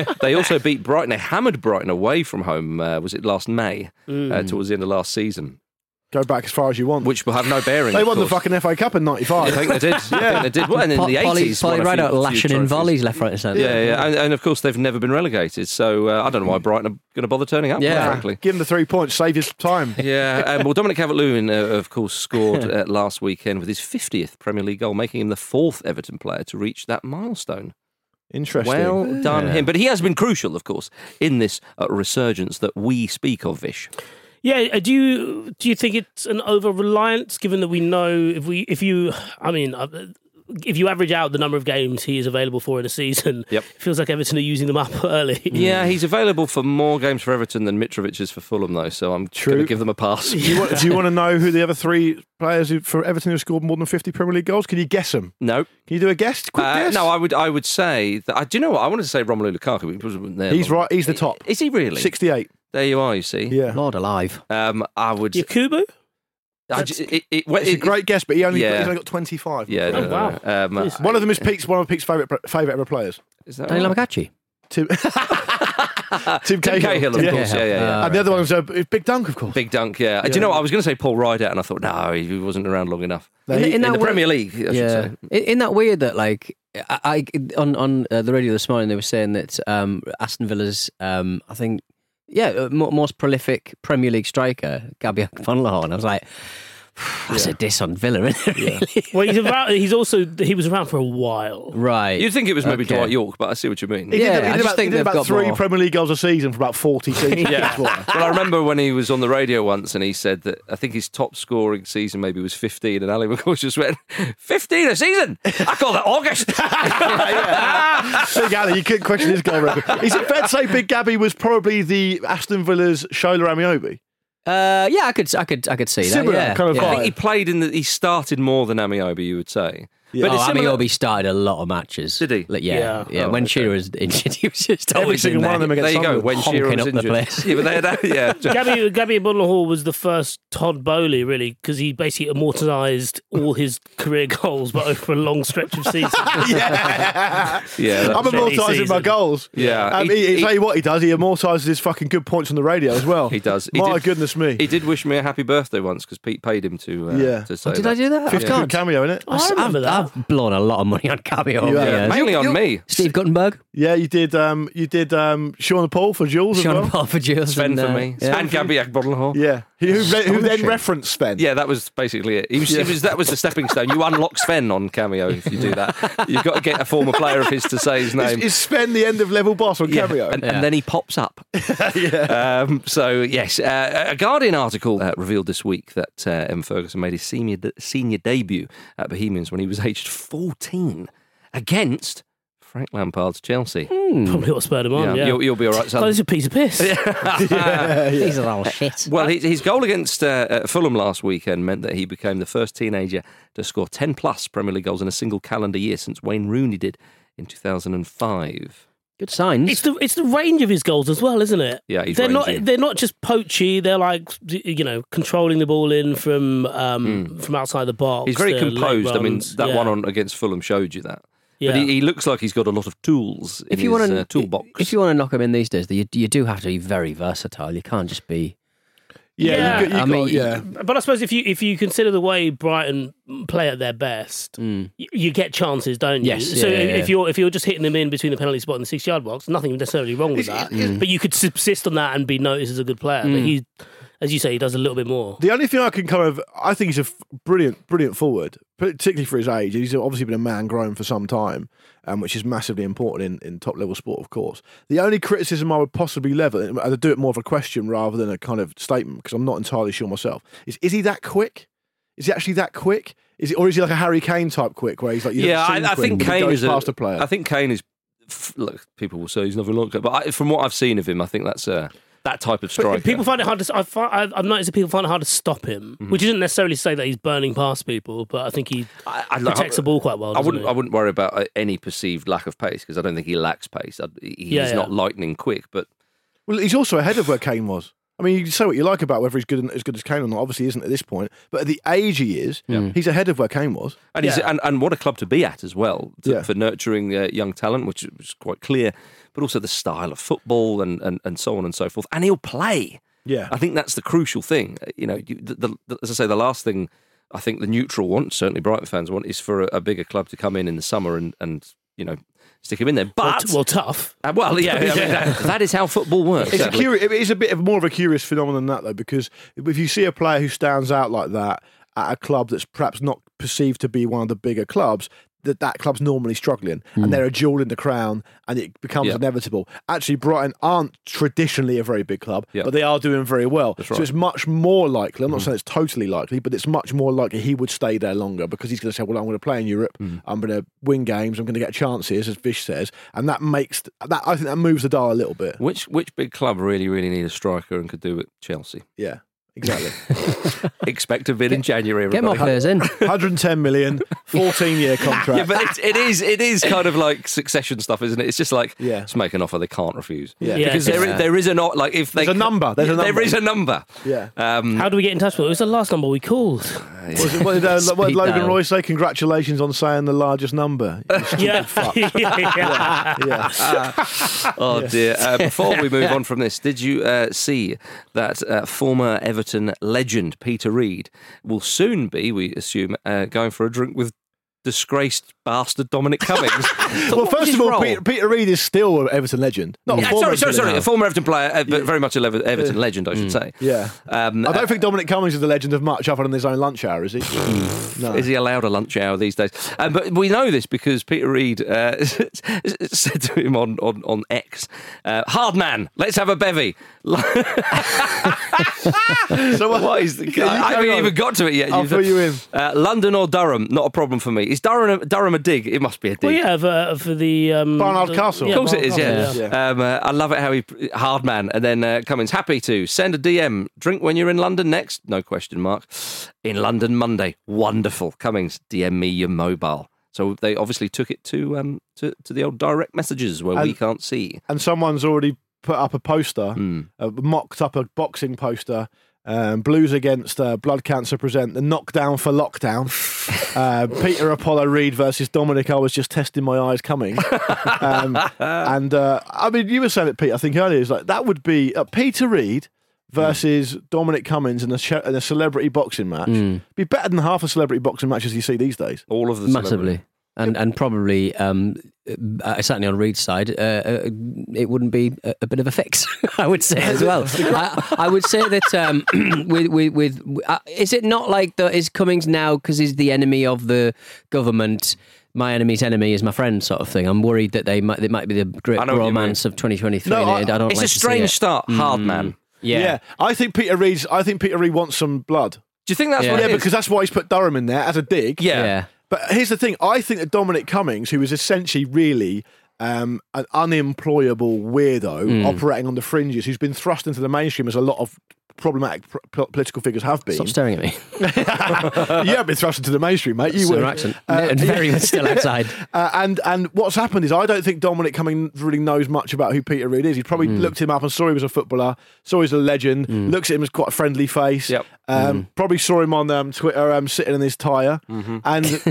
E: [laughs]
C: Um, they also beat Brighton. They hammered Brighton away from home. Uh, was it last May? Uh,
E: Mm.
C: towards the end of last season,
D: Go back as far as you want.
C: which will have no bearing.
D: they
C: of
D: won the
C: course.
D: fucking FA Cup in
C: I
D: '95.
C: think they did.
E: [laughs]
C: Yeah, they did. Well, and in
E: Po-
C: the
E: Polly-
C: eighties,
E: Polly Rideout lashing in volleys left, right, and centre.
C: Yeah, yeah, and, and of course they've never been relegated, so uh, I don't know why Brighton are going to bother turning up.
E: Yeah.
C: quite frankly.
D: Give him the three points, save his time.
C: Yeah, um, well, Dominic Calvert-Lewin, uh, of course,
E: [laughs]
C: scored uh, last weekend with his 50th Premier League goal, making him the fourth Everton player to reach that milestone.
D: Interesting.
C: Well done
E: Yeah.
C: him. But he has been crucial, of course, in this uh, resurgence that we speak of, Vish.
F: Yeah, uh, do you do you think it's an over reliance? Given that we know if we if you, I mean, uh, if you average out the number of games he is available for in a season,
C: Yep.
F: it feels like Everton are using them up [laughs] early.
D: Mm.
C: Yeah, he's available for more games for Everton than Mitrovic is for Fulham, though, so I'm going to
D: True.
C: give them
D: [laughs]
C: a pass.
D: Do you, want, do you want to know who the other three players who, for Everton who scored more than 50 Premier League goals? Can you guess them?
C: no.
D: Can you do a guess? Quick
C: Uh,
D: guess.
C: no, I would I would say that. I, do you know what? I wanted to say Romelu Lukaku. He wasn't there
D: he's
C: long.
D: right. He's the top.
C: Is he really?
D: 68.
C: There you are, you see.
D: Yeah.
E: Lord alive.
C: Um, I would.
F: Yakubu,
C: I j- it, it, well,
D: It's a
C: it-
D: great guess, but he only,
C: Yeah.
D: he's only got 25.
C: Yeah, no,
F: Oh,
C: no,
F: wow.
C: no. Um,
F: Jeez.
D: One of them is Pete's. One of Pete's favorite favorite ever players.
C: is that
E: Danny
C: right?
E: Lamagacci.
D: Tim, Tim Cahill.
C: Uh, Cahill, of
D: Yeah.
C: course. Yeah, yeah, yeah.
D: and the other one's uh, Big Dunk, of course.
C: Big dunk, yeah. Do you know what? I was going to say Paul Rideout, and I thought, no, he wasn't around long enough.
D: No, he-
C: in the
E: that way-
C: Premier League, I should say.
E: In, in that weird that like I, I on on uh, the radio this morning they were saying that um, Aston Villa's um, I think yeah uh, mo- most prolific Premier League striker Gabby Vonlehorn. I was like. [sighs] That's a diss on Villa, isn't it? Really?
F: well,
E: [laughs]
F: he's around, he's also he was around for a while.
E: right.
C: You'd think it was maybe
E: Okay.
C: Dwight York, but I see what you mean.
D: He did-
E: Yeah,
D: he did
E: I just
D: about,
E: think
D: he did
E: they've
D: about
E: got
D: three
E: more.
D: Premier League goals a season for about
C: [laughs]
D: 40 seasons.
C: Yeah.
D: That's what-
C: well, I remember when he was on the radio once and he said that I think his top scoring season maybe was 15, and Ali [laughs] McCoy just went, 15 a season? I call that August.
D: Big Ali, you couldn't question his goal record. Is it fair to say Big Gabby was probably the Aston Villa's Shola Amiobi?
E: Uh, yeah, I could, I could, I could see that.
D: Similar
E: yeah.
D: kind of
E: yeah.
C: I think he
D: vibe.
C: played in the, he started more than Amiobi, you would say.
D: Yeah.
E: oh,
C: it's similar-
E: Amiobi started a lot of matches.
C: uh, Did he?
E: Like, yeah,
F: Yeah.
E: yeah.
C: Oh,
E: when
C: okay.
E: Shearer was injured, he was just
D: Every
E: always
D: single
E: in
D: one
E: there.
D: of them against
C: Oh, There you go,
D: Sunderland.
C: when Shearer
E: honking
C: was
E: up the
C: injured. [laughs]
E: place.
C: yeah, but they had, yeah.
F: Gabby Gabby Bunley Hall was the first Todd Bowley really because he basically immortalised all his career goals, but over a long stretch of season.
D: yeah.
C: Yeah, that's
D: I'm
F: right.
D: immortalising my
F: Season.
D: goals.
C: Yeah.
D: Um,
C: He-
D: he,
C: he-
D: tell you what he does, he immortalises his fucking good points on the radio as well.
C: He does. He
D: My
C: did-
D: goodness me.
C: He did wish me a happy birthday once because Pete paid him to, uh,
D: Yeah.
C: to say
E: Oh, did
C: that.
E: I do that? I
D: 50 quid
E: can't.
D: cameo, innit?
F: Oh, I remember that.
E: I've, I've blown a lot of money on Cameo.
D: You
E: over the
D: have.
E: years.
C: Mainly on me.
E: Steve Guttenberg,
D: Yeah, you did. Um, you did. Um, Sean Paul for Jules as
E: Sean
D: well.
E: Paul for Jules.
C: Sven
E: and,
C: for
E: uh,
C: me.
E: yeah.
C: And Gabby Agbonlahor.
D: Yeah, who, who, re- who then
E: Astonishing.
D: referenced Sven?
C: Yeah, that was basically it. He was, he was- that was the stepping stone. You unlock Sven on Cameo if you do that. You've got to get a former player of his to say his
D: Is,
C: name.
D: is Sven the end of level boss on
C: Yeah,
D: cameo?
C: And, and then he pops
D: [laughs]
C: up. um, so, yes, uh, a Guardian article uh, revealed this week that uh, M. Ferguson made his senior, senior debut at Bohemians when he was aged 14 against Frank Lampard's Chelsea.
F: Probably what spurred him on. Yeah,
C: You'll, you'll be all right, son.
F: oh, this is a piece of
E: [laughs]
F: piss.
E: These are all shit.
C: Well, his, his goal against uh, uh, Fulham last weekend meant that he became the first teenager to score 10 plus Premier League goals in a single calendar year since Wayne Rooney did in 2005.
E: Good signs.
F: It's the it's the range of his goals as well, isn't it?
C: Yeah, he's
F: they're
C: rangy.
F: not they're not just poachy. They're like you know controlling the ball in from um, from outside the box.
C: Hmm. He's very
F: They're late
C: composed. I mean,
F: runs.
C: that
F: Yeah.
C: one on against Fulham showed you that. But
F: Yeah.
C: he, he looks like he's got a lot of tools in
E: If you
C: his
E: want to
C: uh, toolbox.
E: if you want to knock him in these days, you, you do have to be very versatile. You can't just be.
F: Yeah.
D: you, got- you
E: I mean,
D: got- yeah.
F: But I suppose if you if you consider the way Brighton play at their best,
C: Mm.
F: y- you get chances, don't you?
E: Yes,
F: so
E: yeah,
F: if
E: yeah, yeah.
F: you're if you're just hitting them in between the penalty spot and the six yard box, nothing necessarily wrong with
E: Uh,
F: that.
E: mm.
F: But you could subsist on that and be noticed as a good player. But he, as you say, he does a little bit more.
D: The only thing I can kind of, I think he's a f- brilliant, brilliant forward, particularly for his age. He's obviously been a man grown for some time, um, which is massively important in, in top level sport, of course. The only criticism I would possibly level, and I do it more of a question rather than a kind of statement, because I'm not entirely sure myself, is is he that quick? Is he actually that quick? Is he, or is he like a Harry Kane type quick, where he's like, you don't
C: yeah,
D: see him
C: I, I
D: quick,
C: think
D: but he
C: Kane
D: goes
C: is a,
D: past a player.
C: I think Kane is. f- Look, people will say he's nothing like that, but I, from what I've seen of him, I think that's uh, that type of striker.
F: People find it hard to. I find, I've, I've noticed that people find it hard to stop him,
C: Mm-hmm.
F: which isn't necessarily to say that he's burning past people, but I think he
C: I, I like-
F: protects the ball quite well.
C: I
F: doesn't
C: wouldn't.
F: he?
C: I wouldn't worry about uh, any perceived lack of pace because I don't think he lacks pace. I, he's
F: Yeah, yeah.
C: not lightning quick, but
D: Well, he's also ahead of where Kane was. I mean, you can say what you like about whether he's good and, as good as Kane or not. Obviously, he isn't at this point, but at the age he is, he's ahead of where Kane was.
C: and he's
F: Yeah.
C: and, and what a club to be at as well to-
D: Yeah.
C: for nurturing uh, young talent, which is which is quite clear, but also the style of football and, and, and so on and so forth. And he'll play.
D: Yeah,
C: I think that's the crucial thing. Uh, You know, you, the, the, the- as I say, the last thing I think the neutral want, certainly Brighton fans want, is for a, a bigger club to come in in the summer and and you know stick him in there.
F: Well,
C: But
F: t- well, tough.
C: uh, well, yeah, I mean, that- that is how football works.
D: It's a,
C: Exactly.
D: curi- it is a bit of more of a curious phenomenon than that though, because if you see a player who stands out like that at a club that's perhaps not perceived to be one of the bigger clubs, that that club's normally struggling, and they're a jewel in the crown, and it becomes
C: Hmm. Yeah.
D: inevitable. Actually, Brighton aren't traditionally a very big club,
C: Yeah.
D: but they are doing very well.
C: That's
D: So
C: right. Hmm.
D: it's much more likely. I'm not saying it's totally likely, but it's much more likely he would stay there longer because he's going to say, "Well, I'm going to play in Europe.
C: Hmm.
D: I'm going to win games. I'm going to get chances," as Fish says, and that makes that. I think that moves the dial a little bit.
C: Which which big club really really need a striker and could do it? Chelsea.
D: Yeah,
C: [laughs]
D: exactly.
C: Expect a bid in January.
E: Get more
C: everybody.
E: players in.
D: 110 million, 14 year contract.
C: [laughs] Yeah, but it's, it is it is kind of like succession stuff, isn't it? It's just like
D: Yeah.
C: let's make an offer they can't refuse.
D: Yeah.
F: Yeah,
C: because there
F: yeah.
C: is, there is a not like if they
D: There's a
C: c-
D: number, there's a
C: there
D: number.
C: is a number. [laughs]
D: Yeah.
F: [laughs]
C: Um,
F: How do we get in touch with him? It was the last number we called.
D: What did- what did, uh, what did
E: Speed
D: Logan
E: dial.
D: Roy say? Congratulations on saying the largest
C: [laughs]
D: number.
F: [laughs] yeah. yeah.
D: Yeah.
C: Oh dear!
D: [laughs]
C: Uh, before we move on from this, did you uh, see that uh, former Everton legend Peter Reid will soon be, we assume, uh, going for a drink with disgraced
D: [laughs]
C: bastard Dominic Cummings? So
D: well,
C: what was
D: first
C: his
D: of all,
C: role?
D: Peter, Peter Reid is still an Everton legend. Not a
C: Yeah,
D: former
C: sorry, sorry,
D: Everton
C: sorry, a
D: legend.
C: former Everton player, uh, but very much a Lever- Everton legend, I should say.
D: Mm. Yeah.
C: Um,
D: I
C: uh,
D: don't think Dominic Cummings is the legend of much other than his own lunch hour, is
C: [laughs]
D: he? no.
C: Is he allowed a lunch hour these days? Um, but we know this because Peter Reid uh, [laughs] said to him on on, on X, uh, "Hard man, let's have a bevy." [laughs] so
D: what-
C: what is the
D: Yeah, you
C: I
D: carry
C: haven't
D: on.
C: even got to it yet.
D: I'll
C: You've-
D: fill you in.
C: Uh, London or Durham? Not a problem for me. Is Durham a, Durham a dig? It must be a dig.
F: Well, yeah, for, for the um,
D: Barnard
F: the-
D: Castle.
F: yeah,
C: Of course it
F: Barnard
C: is,
F: Castle,
C: yeah. Um, uh, I love it how he hard man, and then uh, Cummins happy to send a DM. Drink when you're in London next? No question mark. In London Monday, wonderful. Cummins DM me your mobile. So they obviously took it to um to, to the old direct messages where we
D: And-
C: can't see.
D: And someone's already put up a poster,
C: Mm.
D: uh, mocked up a boxing poster. Um, Blues against uh, Blood Cancer present the knockdown for lockdown. Uh, Peter Apollo Reed versus Dominic. I was just testing my eyes coming. Um, and uh, I mean, you were saying it, Pete. I think earlier is like that would be uh, Peter Reed versus Dominic Cummings in a sh- in a celebrity boxing match. Be better than half a celebrity boxing matches you see these days.
C: All of the
E: massively. And, and probably, um, uh, certainly on Reed's side, uh, uh, it wouldn't be a, a bit of a fix, [laughs] I would say as well. I, I would say that um, [clears throat] with, with, with uh, is it not like the, is Cummings now because he's the enemy of the government? My enemy's enemy is my friend, sort of thing. I'm worried that they might, it might be the great
C: I know what you
E: romance of 2023.
D: No,
E: and
D: I-
E: I, don't
C: It's
E: like
C: a
E: to see
C: strange
E: it.
C: start, hard man.
E: Yeah.
D: I think Peter Reed's. I think Peter Reed wants some blood.
C: Do you think that's
E: Yeah.
C: what
D: Yeah,
C: it is?
D: because that's why he's put Durham in there as a dig.
C: yeah.
E: Yeah.
D: But here's the thing: I think that Dominic Cummings, who is essentially really um, an unemployable weirdo operating on the fringes, who's been thrust into the mainstream as a lot of problematic pr- pol- political figures have been.
E: Stop staring at me.
D: [laughs] you have been thrust into the mainstream, mate. You
E: Southern
D: were.
E: accent. and very much still outside.
D: Uh, and and what's happened is I don't think Dominic Cummings really knows much about who Peter Reid is. He probably
C: Hmm.
D: looked him up and saw he was a footballer, saw he's a legend, looks at him as quite a friendly face.
C: Yep. Hmm.
D: Um, Probably saw
C: Mm-hmm. [laughs]
D: him on um, Twitter um, sitting in his tyre, and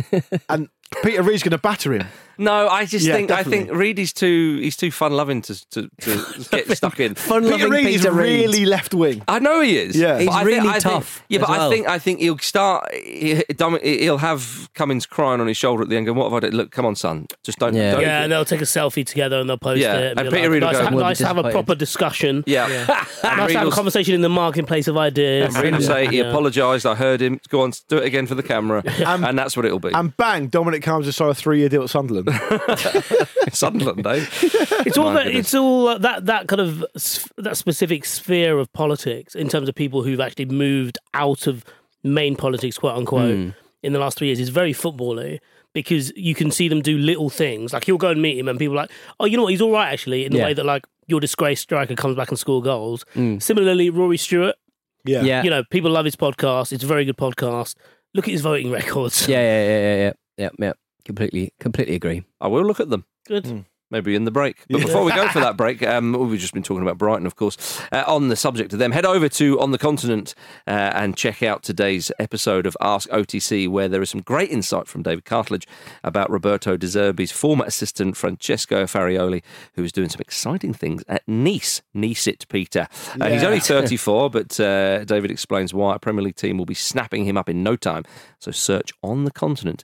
D: and Peter Reid's going to batter him.
C: No, I just
D: Yeah,
C: think I think
D: definitely.
C: Reed is too he's too fun loving to, to, to get stuck in.
G: Fun loving
D: Peter Reid is
G: Peter Reid.
D: really left wing.
C: I know he is.
D: Yeah. He's
C: But I
G: really
C: I
G: tough
C: yeah,
G: as
C: but I
G: well.
C: think I think he'll start. he- Dom- He'll have Cummins crying on his shoulder at the end. Going, what have I done? Look, come on, son, just don't.
G: Yeah.
C: don't
F: Yeah, and they'll take a selfie together and they'll post
C: Yeah,
F: it.
C: and
F: be
C: Peter Reid will
F: nice
C: go,
F: to, have-
G: "We'll be
F: nice to have a
G: disappointed."
F: proper discussion.
C: yeah. [laughs]
F: Nice to have a
C: Reed will-
F: conversation in the marketplace of ideas.
C: Reed will say he
F: Yeah.
C: apologised. I heard him. Go on, do it again for the camera, and that's what it'll be.
D: And bang, Dominic Carnes has signed a three year deal at Sunderland.
C: [laughs] Sunderland, though.
F: It's all
C: My
F: that.
C: goodness.
F: It's all uh, that that kind of s- that specific sphere of politics in terms of people who've actually moved out of main politics, quote unquote,
E: Hmm.
F: in the last three years is very footbally because you can see them do little things. Like you'll go and meet him, and people are like, oh, you know what, he's all right actually. In the
G: Yeah.
F: way that like your disgraced striker comes back and score goals.
E: Hmm.
F: Similarly, Rory Stewart,
D: yeah.
G: Yeah.
F: you know, people love his podcast. It's a very good podcast. Look at his voting [laughs] records.
G: Yeah, yeah, yeah, yeah, yeah, yeah, yeah. Completely, completely agree.
C: I will look at them.
F: Good.
C: Maybe in the break. But before we go for that break, um, we've just been talking about Brighton, of course. Uh, on the subject of them, head over to On the Continent uh, and check out today's episode of Ask OTC, where there is some great insight from David Cartledge about Roberto De Zerbi's former assistant, Francesco Farioli, who is doing some exciting things at Nice. Nice it, Peter. Uh, He's only 34, but uh, David explains why a Premier League team will be snapping him up in no time. So search On the Continent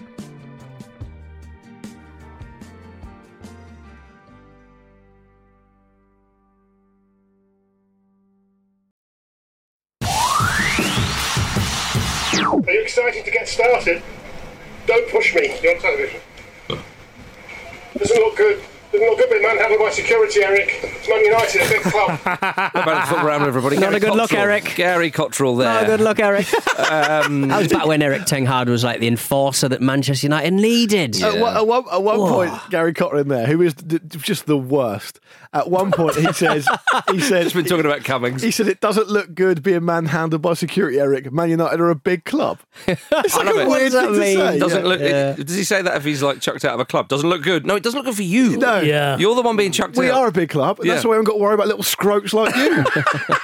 H: Are you excited to get started? Don't push me. You're on television. Doesn't look good. Doesn't look good being manhandled by security, Eric. It's Man United, a big club.
C: about the football ramble, everybody.
G: Not
C: Gary
G: a good look,
C: Cottrell.
G: Eric.
C: Gary Cottrell there. Um,
G: Oh, good luck, Eric.
D: [laughs]
G: that was back when Eric Ten Hag was like the enforcer that Manchester United needed.
D: At one, at one, at one point, Gary Cotter in there, who is th- just the worst. At one point,
C: [laughs]
D: he says, he said,
C: Just been talking about
G: [laughs]
C: Cummings.
D: He said it doesn't look good being manhandled by security, Eric. Man United are a big club. [laughs] It's like
C: love
D: a
C: it.
D: weird
G: What
D: thing
G: does that
D: to
G: mean?
D: say.
C: Doesn't
D: Yeah.
C: look.
G: Yeah.
C: Does he say that if he's like chucked out of a club? Doesn't look good. No, it doesn't look good for you.
D: No.
F: Yeah.
C: you're the one being chucked
D: We
C: out.
D: are a big club, and
C: Yeah.
D: that's why we haven't got to worry about little scroats like you.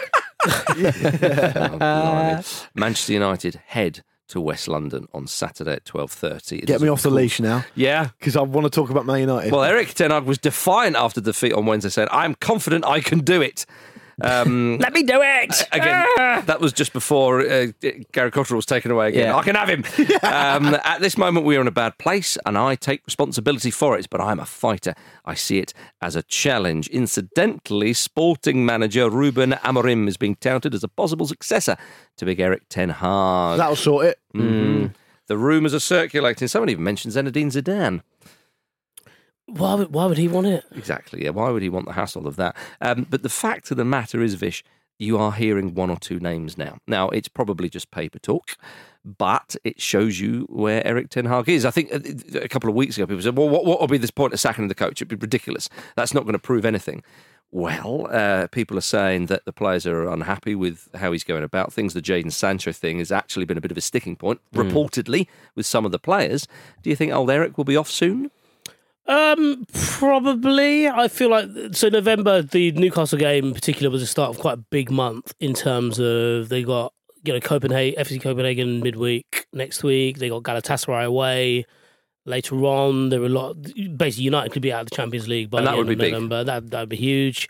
C: [laughs] Oh, blimey. Manchester United head to West London on Saturday at 12.30.
D: [laughs]
C: It
D: Get
C: is
D: me
C: a
D: off the leash now
C: Yeah.
D: because I want to talk about Man United.
C: Well, Eric Ten Hag was defiant after defeat on Wednesday, saying, I'm confident I can do it. Um,
F: Let me do it.
C: again, that was just before uh, Gary Cotter was taken away again.
E: Yeah.
C: I can have him. um, at this moment, we are in a bad place, and I take responsibility for it. But I'm a fighter. I see it as a challenge. Incidentally, sporting manager Ruben Amorim is being touted as a possible successor to Big Eric Ten Hag. Hmm.
D: That'll sort it.
C: the rumours are circulating. Someone even mentioned Zinedine Zidane.
F: Why would, why would he want it?
C: Exactly. Yeah. Why would he want the hassle of that? Um, but the fact of the matter is, Vish, you are hearing one or two names now. Now it's probably just paper talk, but it shows you where Eric Ten Hag is. I think uh, a, a couple of weeks ago people said, "Well, what, what will be this point of sacking the coach? It'd be ridiculous. That's not going to prove anything." Well, uh, people are saying that the players are unhappy with how he's going about things. The Jaden Sancho thing has actually been a bit of a sticking point, reportedly, with some of the players. Do you think old Eric will be off soon?
F: Um, probably. I feel like so November, the Newcastle game in particular was the start of quite a big month in terms of they got you know Copenhagen, FC Copenhagen midweek next week. They got Galatasaray away later on. There were a lot. Basically, United could be out of the Champions League by
C: And that
F: the
C: would
F: end of
C: be big.
F: November. That that would be huge.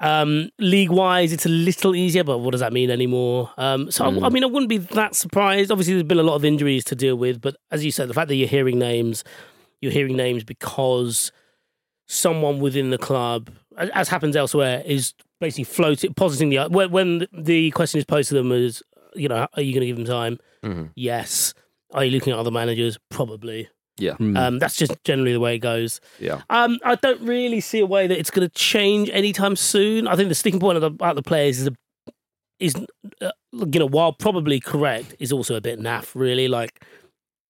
F: Um, league wise, it's a little easier, but what does that mean anymore? Um, so I, I mean, I wouldn't be that surprised. Obviously, there's been a lot of injuries to deal with, but as you said, the fact that you're hearing names, you're hearing names because someone within the club, as as happens elsewhere, is basically floating, positing the when, when the question is posed to them is, you know, are you going to give them time? Yes. Are you looking at other managers? Probably.
C: Yeah.
F: Um, that's just generally the way it goes.
C: Yeah.
F: Um, I don't really see a way that it's going to change anytime soon. I think the sticking point about the, about the players is, a, is uh, you know, while probably correct, is also a bit naff. Really, like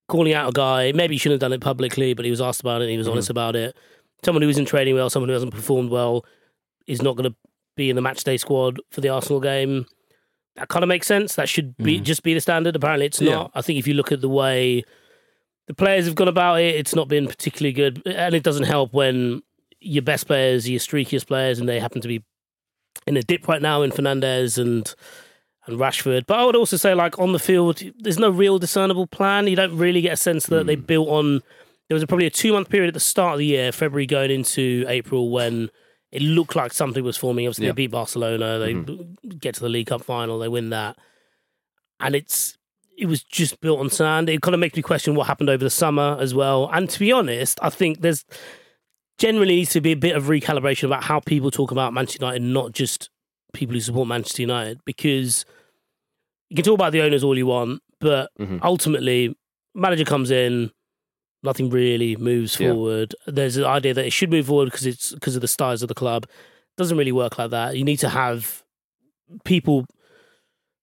F: calling out a guy. Maybe he shouldn't have done it publicly, but he was asked about it. and He was honest about it. Someone who isn't training well, someone who hasn't performed well, is not going to be in the match day squad for the Arsenal game. That kind of makes sense. That should be
D: Mm.
F: just be the standard. Apparently, it's
C: Yeah.
F: not. I think if you look at the way the players have gone about it, it's not been particularly good, and it doesn't help when your best players, are your streakiest players, and they happen to be in a dip right now in Fernandez and and Rashford. But I would also say, like on the field, there's no real discernible plan. You don't really get a sense that they built on. There was probably a two month period at the start of the year, February going into April, when it looked like something was forming. Obviously,
C: Yeah.
F: they beat Barcelona, they b- get to the League Cup final, they win that, and it's it was just built on sand. It kind of makes me question what happened over the summer as well. And to be honest, I think there's generally needs to be a bit of recalibration about how people talk about Manchester United, not just people who support Manchester United, because you can talk about the owners all you want, but ultimately, manager comes in, nothing really moves
C: Yeah.
F: forward. There's an idea that it should move forward because it's because of the size of the club. Doesn't really work like that. You need to have people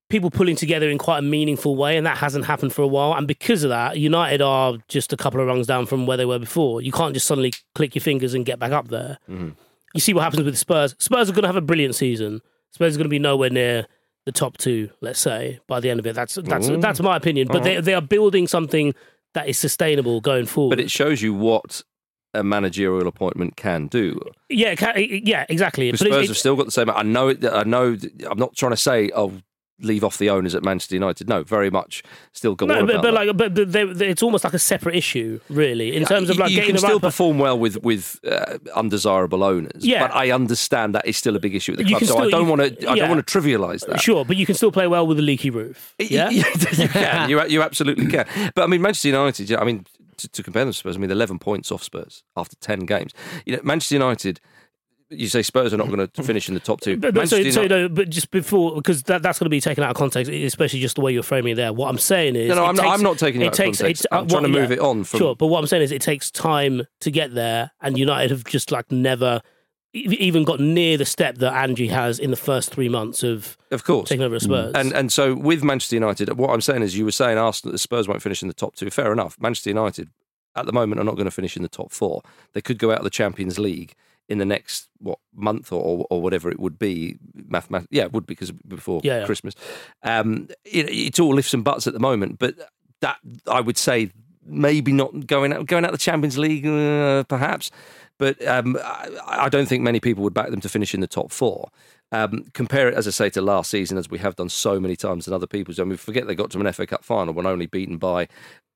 F: people pulling together in quite a meaningful way, and that hasn't happened for a while. And because of that, United are just a couple of rungs down from where they were before. You can't just suddenly click your fingers and get back up there. You see what happens with Spurs. Spurs are going to have a brilliant season. Spurs are going to be nowhere near the top two, let's say, by the end of it. That's that's
C: Ooh.
F: that's my opinion. But they they are building something that is sustainable going forward.
C: Mm. But it shows you what a managerial appointment can do.
F: yeah, it ca- yeah, exactly.
C: The
F: But it-
C: Spurs
F: it-
C: have still got the same. I know. it- I know. I'm not trying to say I'll leave off the owners at Manchester United. No, very much still go
F: no,
C: on
F: but,
C: about
F: but
C: that.
F: like, but but they, they- it's almost like a separate issue, really, in terms of like
C: you
F: getting
C: can
F: the right
C: still
F: per-
C: perform well with with uh, undesirable owners.
F: Yeah.
C: but I understand that is still a big issue at the
F: You
C: club.
F: can
C: So I
F: still-
C: don't
F: you-
C: want to. I
F: yeah.
C: don't want to trivialise that.
F: Sure, but you can still play well with a leaky roof. Yeah,
C: [laughs] you can. You, you absolutely can. But I mean, Manchester United. you know, I mean, to, to compare them to Spurs, I mean, they're eleven points off Spurs after ten games. You know, Manchester United. You say Spurs are
F: [laughs]
C: not going to finish in the top two.
F: But, but so,
C: Manchester
F: so
C: United-
F: no, but just before, because that, that's going to be taken out of context, especially just the way you're framing it there. What I'm saying is,
C: No, no,
F: it
C: I'm not-
F: takes-
C: I'm not taking it out of context.
F: it's-
C: I'm trying to
F: what-
C: move it on from-
F: Sure, but what I'm saying is, it takes time to get there, and United have just like never e- even got near the step that Angie has in the first three months of
C: of course. Mm.
F: taking over at Spurs.
C: And and so with Manchester United, what I'm saying is, you were saying Arsenal, Spurs won't finish in the top two. Fair enough. Manchester United at the moment are not going to finish in the top four. They could go out of the Champions League in the next what month or or, or whatever it would be. Mathemat- yeah, it would be because before
F: Yeah, yeah.
C: Christmas. Um, it, it's all ifs and buts at the moment, but that I would say maybe not going out going out the Champions League, uh, perhaps. but um, I, I don't think many people would back them to finish in the top four. Um, compare it, as I say, to last season, as we have done so many times in other people's. I mean, forget they got to an FA Cup final when only beaten by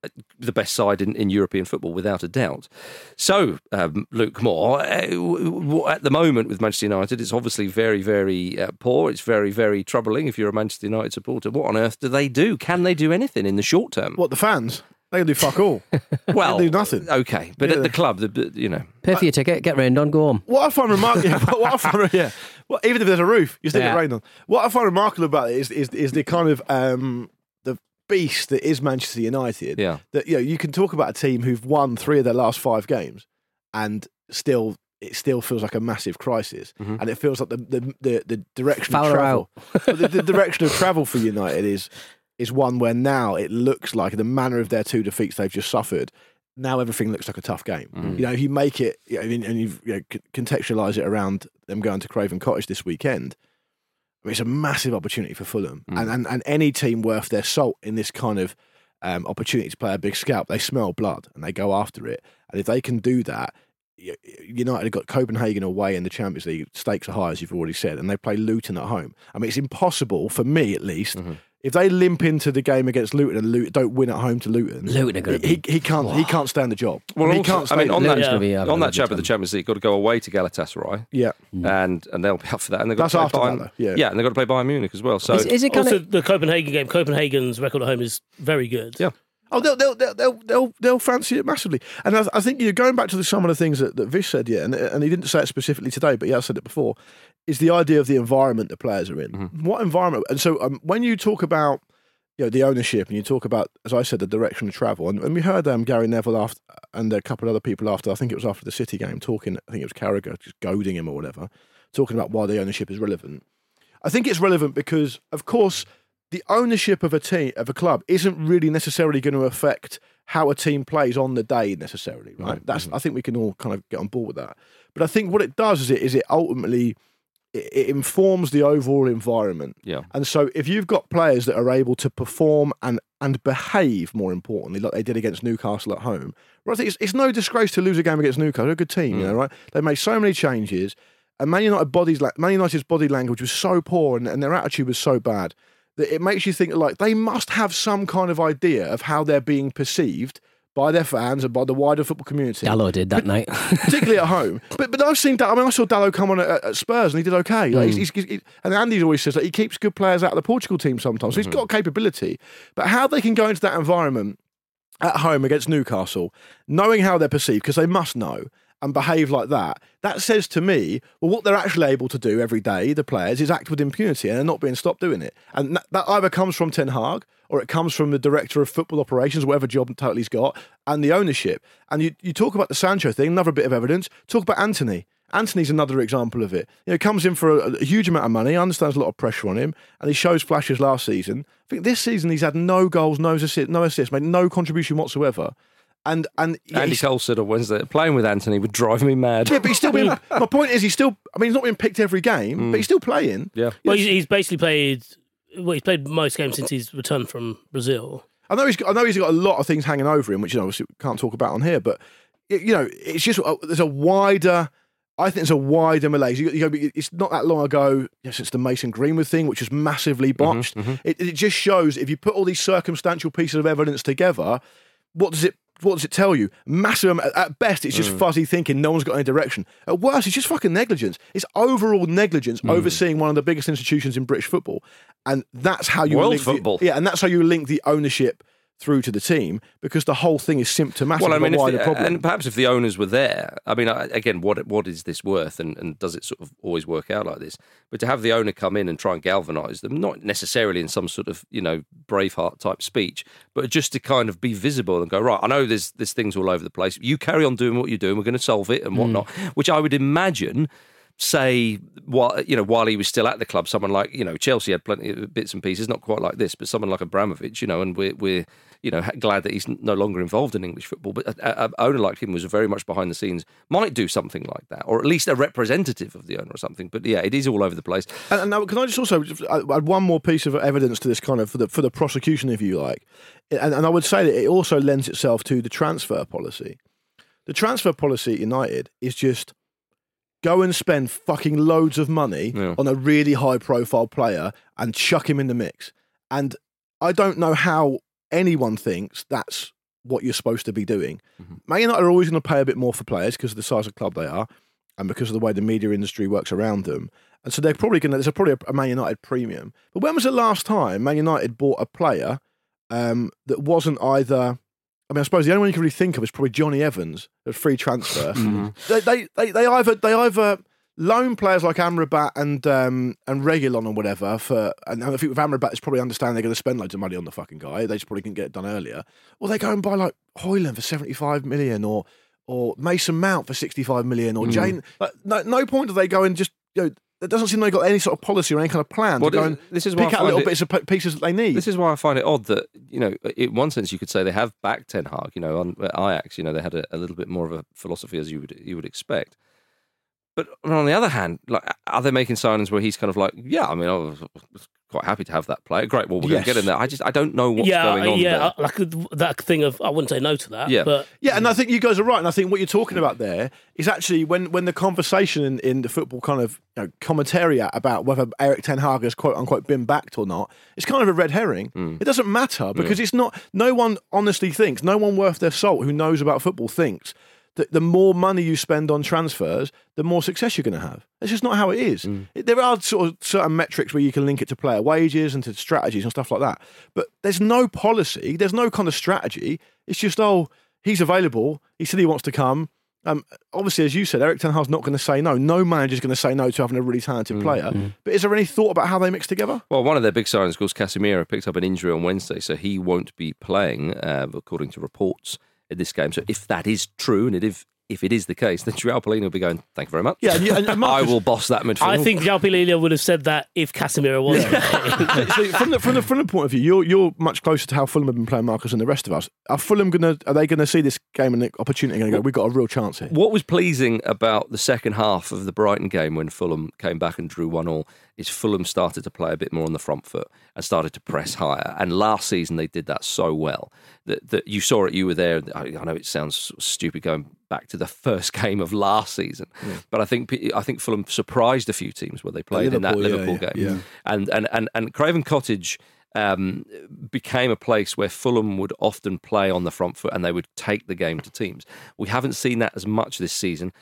C: uh, the best side in, in European football, without a doubt. So, um, Luke Moore, uh, w- w- at the moment with Manchester United, it's obviously very, very uh, poor. It's very, very troubling if you're a Manchester United supporter. What on earth do they do? Can they do anything in the short term?
D: What the fans? They can do
F: [laughs]
D: fuck all.
C: [laughs] Well,
D: do nothing.
C: Okay, but
D: Yeah.
C: at the club, the- the, you know.
E: Pay for your ticket, get rained on, go home.
D: What I find remarkable, yeah, [laughs] what I find, yeah, well, even if there's a roof, you still get
E: Yeah.
D: rain on. What I find remarkable about it is is, is the kind of um, the beast that is Manchester United.
C: Yeah.
D: that you know you can talk about a team who've won three of their last five games, and still it still feels like a massive crisis, and it feels like the the the, the direction
E: Foul
D: of
E: her
D: travel, but the, the direction of travel for United is is one where now it looks like the manner of their two defeats they've just suffered. Now everything looks like a tough game. You know, if you make it you know, and and you you know, c- contextualize it around them going to Craven Cottage this weekend, I mean, it's a massive opportunity for Fulham, and, and and any team worth their salt in this kind of um, opportunity to play a big scalp, they smell blood and they go after it. And if they can do that, y- United have got Copenhagen away in the Champions League. Stakes are high, as you've already said, and they play Luton at home. I mean, it's impossible for me, at least. If they limp into the game against Luton and Luton don't win at home to Luton,
E: Luton are gonna
D: he, he, he can't he can't stand the job. Well, he
C: also-
D: can't.
C: I
D: Stand
C: mean, on
D: it.
C: that,
F: Luton's gonna
E: be having
C: on
E: a
C: that
E: good
C: chap of the
E: time.
C: Champions League, got to go away to Galatasaray.
D: yeah,
E: Mm.
C: and and they'll be up for that. And they've got
D: That's
C: to play
D: after
C: Bayern.
D: that, though. Yeah.
C: and they've got to play Bayern Munich as well. So
E: Is, is it kind
F: Also,
E: of
F: the Copenhagen game. Copenhagen's record at home is very good.
C: Yeah.
D: Oh, they'll they'll they'll they'll they'll, they'll fancy it massively. And I, I think you're going back to the, some of the things that, that Vish said, yeah, and and he didn't say it specifically today, but he has said it before. Is the idea of the environment the players are in? What environment? And so um, when you talk about you know the ownership and you talk about, as I said, the direction of travel, and, and we heard um, Gary Neville after, and a couple of other people after. I think it was after the City game talking. I think it was Carragher just goading him or whatever, talking about why the ownership is relevant. I think it's relevant because, of course, the ownership of a team of a club isn't really necessarily going to affect how a team plays on the day necessarily, right? That's I think we can all kind of get on board with that. But I think what it does is it is it ultimately it, it informs the overall environment.
C: Yeah.
D: And so if you've got players that are able to perform and and behave more importantly, like they did against Newcastle at home, well, I think it's, it's no disgrace to lose a game against Newcastle. They're a good team, you know, right? They made so many changes. And Man United body's la- Man United's body language was so poor, and, and their attitude was so bad that it makes you think like they must have some kind of idea of how they're being perceived by their fans and by the wider football community,
E: Dallo did that night?
D: particularly at home. But but I've seen that. I mean, I saw Dallo come on at, at Spurs and he did okay. Like, he's, he's, he's- and Andy always says that he keeps good players out of the Portugal team sometimes. So he's got capability, but how they can go into that environment at home against Newcastle, knowing how they're perceived, because they must know, and behave like that, that says to me, well, what they're actually able to do every day, the players, is act with impunity and they're not being stopped doing it. And that, that either comes from Ten Hag or it comes from the director of football operations, whatever job title he's got, and the ownership. And you, you talk about the Sancho thing, another bit of evidence. Talk about Anthony. Anthony's another example of it. You know, he comes in for a, a huge amount of money, understands a lot of pressure on him, and he shows flashes last season. I think this season he's had no goals, no assists, no assists, made no contribution whatsoever. And and yeah,
C: Andy
D: he's-
C: Cole said on Wednesday, playing with Anthony would drive me mad.
D: yeah, but he's still being. my point is, he's still. I mean, he's not being picked every game, but he's still playing.
C: Yeah.
F: Well, [laughs] he's, he's basically played. Well, he's played most games since he's returned from Brazil.
D: I know he's. Got, I know he's got a lot of things hanging over him, which you know, obviously we can't talk about on here. But y- you know, it's just uh, there's a wider. I think there's a wider malaise. You, you know, it's not that long ago you know, since the Mason Greenwood thing, which was massively botched. It, it just shows if you put all these circumstantial pieces of evidence together, what does it? What does it tell you? Massive. am- At best, it's
C: Mm.
D: just fuzzy thinking. No one's got any direction. At worst, it's just fucking negligence. It's overall negligence
C: Mm.
D: overseeing one of the biggest institutions in British football, and that's how you
C: World
D: link the-
C: football.
D: yeah, and that's how you link the ownership through to the team because the whole thing is symptomatic
C: Well, I mean,
D: of a
C: if
D: wider
C: the-
D: problem.
C: and perhaps if the owners were there, I mean, I, again, what what is this worth, and, and does it sort of always work out like this? But to have the owner come in and try and galvanise them, not necessarily in some sort of you know braveheart type speech, but just to kind of be visible and go right. I know there's there's things all over the place. You carry on doing what you're doing. We're going to solve it and whatnot. Which I would imagine say while you know while he was still at the club someone like you know Chelsea had plenty of bits and pieces not quite like this but someone like Abramovich you know and we're we're you know ha- glad that he's no longer involved in English football but a, a- a owner like him was very much behind the scenes might do something like that or at least a representative of the owner or something but yeah it is all over the place
D: And, and now, can I just also I- add one more piece of evidence to this kind of for the for the prosecution, if you like, and, and I would say that it also lends itself to the transfer policy. The transfer policy at United is just go and spend fucking loads of money
C: Yeah.
D: on a really high profile player and chuck him in the mix. And I don't know how anyone thinks that's what you're supposed to be doing. Man United are always going to pay a bit more for players because of the size of club they are and because of the way the media industry works around them. And so they're probably going to, there's a- probably a Man United premium. But when was the last time Man United bought a player um, that wasn't either. I mean, I suppose the only one you can really think of is probably Johnny Evans, a free
C: [laughs]
D: transfer.
C: Mm-hmm.
D: they, they, they, they either they either loan players like Amrabat and um, and Regulon or whatever for. And I think with Amrabat, it's probably understand they're going to spend loads of money on the fucking guy. They just probably can get it done earlier. Or they go and buy like Hoyland for seventy five million, or or Mason Mount for sixty five million,
C: Mm.
D: or Jane. Like, no, no point do they go and just. You know, it doesn't seem they've got any sort of policy or any kind of plan
C: Well,
D: to go
C: this-
D: and
C: this is why I
D: pick out
C: find
D: little
C: it-
D: bits of p- pieces that they need.
C: This is why I find it odd that you know, in one sense, you could say they have backed Ten Hag. You know, on at Ajax, you know, they had a, a little bit more of a philosophy as you would you would expect. But on the other hand, like, are they making signings where he's kind of like, yeah, I mean, I was quite happy to have that player. Great, well, we're going
D: Yes.
C: to get in there. I just I don't know what's
F: yeah,
C: going on
F: yeah,
C: there.
F: I- like that thing of I wouldn't say no to that.
C: Yeah.
F: but
D: Yeah, and I think you guys are right. And I think what you're talking about there is actually when, when the conversation in, in the football kind of you know, commentariat about whether Eric Ten Hag has quote unquote been backed or not, it's kind of a red herring. It doesn't matter because it's not, no one honestly thinks, no one worth their salt who knows about football thinks that the more money you spend on transfers, the more success you're going to have. That's just not how it is. It- There are sort of certain metrics where you can link it to player wages and to strategies and stuff like that. But there's no policy, there's no kind of strategy. It's just, oh, he's available. He said he wants to come. Um, obviously, as you said, Eric Ten Hag's not going to say no. No manager's going to say no to having a really talented player. But is there any thought about how they mix together?
C: Well, one of their big signings, of course, Casemiro picked up an injury on Wednesday, so he won't be playing, uh, according to reports, in this game. So if that is true, and it, if if it is the case, then Joao Polino will be going. Thank you very much.
D: Yeah, and you- and
C: I [laughs]
D: Marcus-
C: will boss that midfield.
F: I think Jao Lilia would have said that if Casemiro was. [laughs]
D: So- so from the from the Fulham point of view, you're you're much closer to how Fulham have been playing Marcus than the rest of us. Are Fulham going to are they going to see this game and the opportunity and go? We've got a real chance here.
C: What was pleasing about the second half of the Brighton game when Fulham came back and drew one all is Fulham started to play a bit more on the front foot and started to press higher. And last season they did that so well that, that you saw it. You were there. I, I know it sounds sort of stupid going back to the [laughs] first game of last season, but I think pe- I think Fulham surprised a few teams where they played in that
D: Liverpool, yeah,
C: Liverpool
D: yeah,
C: game. And and and and Craven Cottage. Um, became a place where Fulham would often play on the front foot and they would take the game to teams. We haven't seen that as much this season.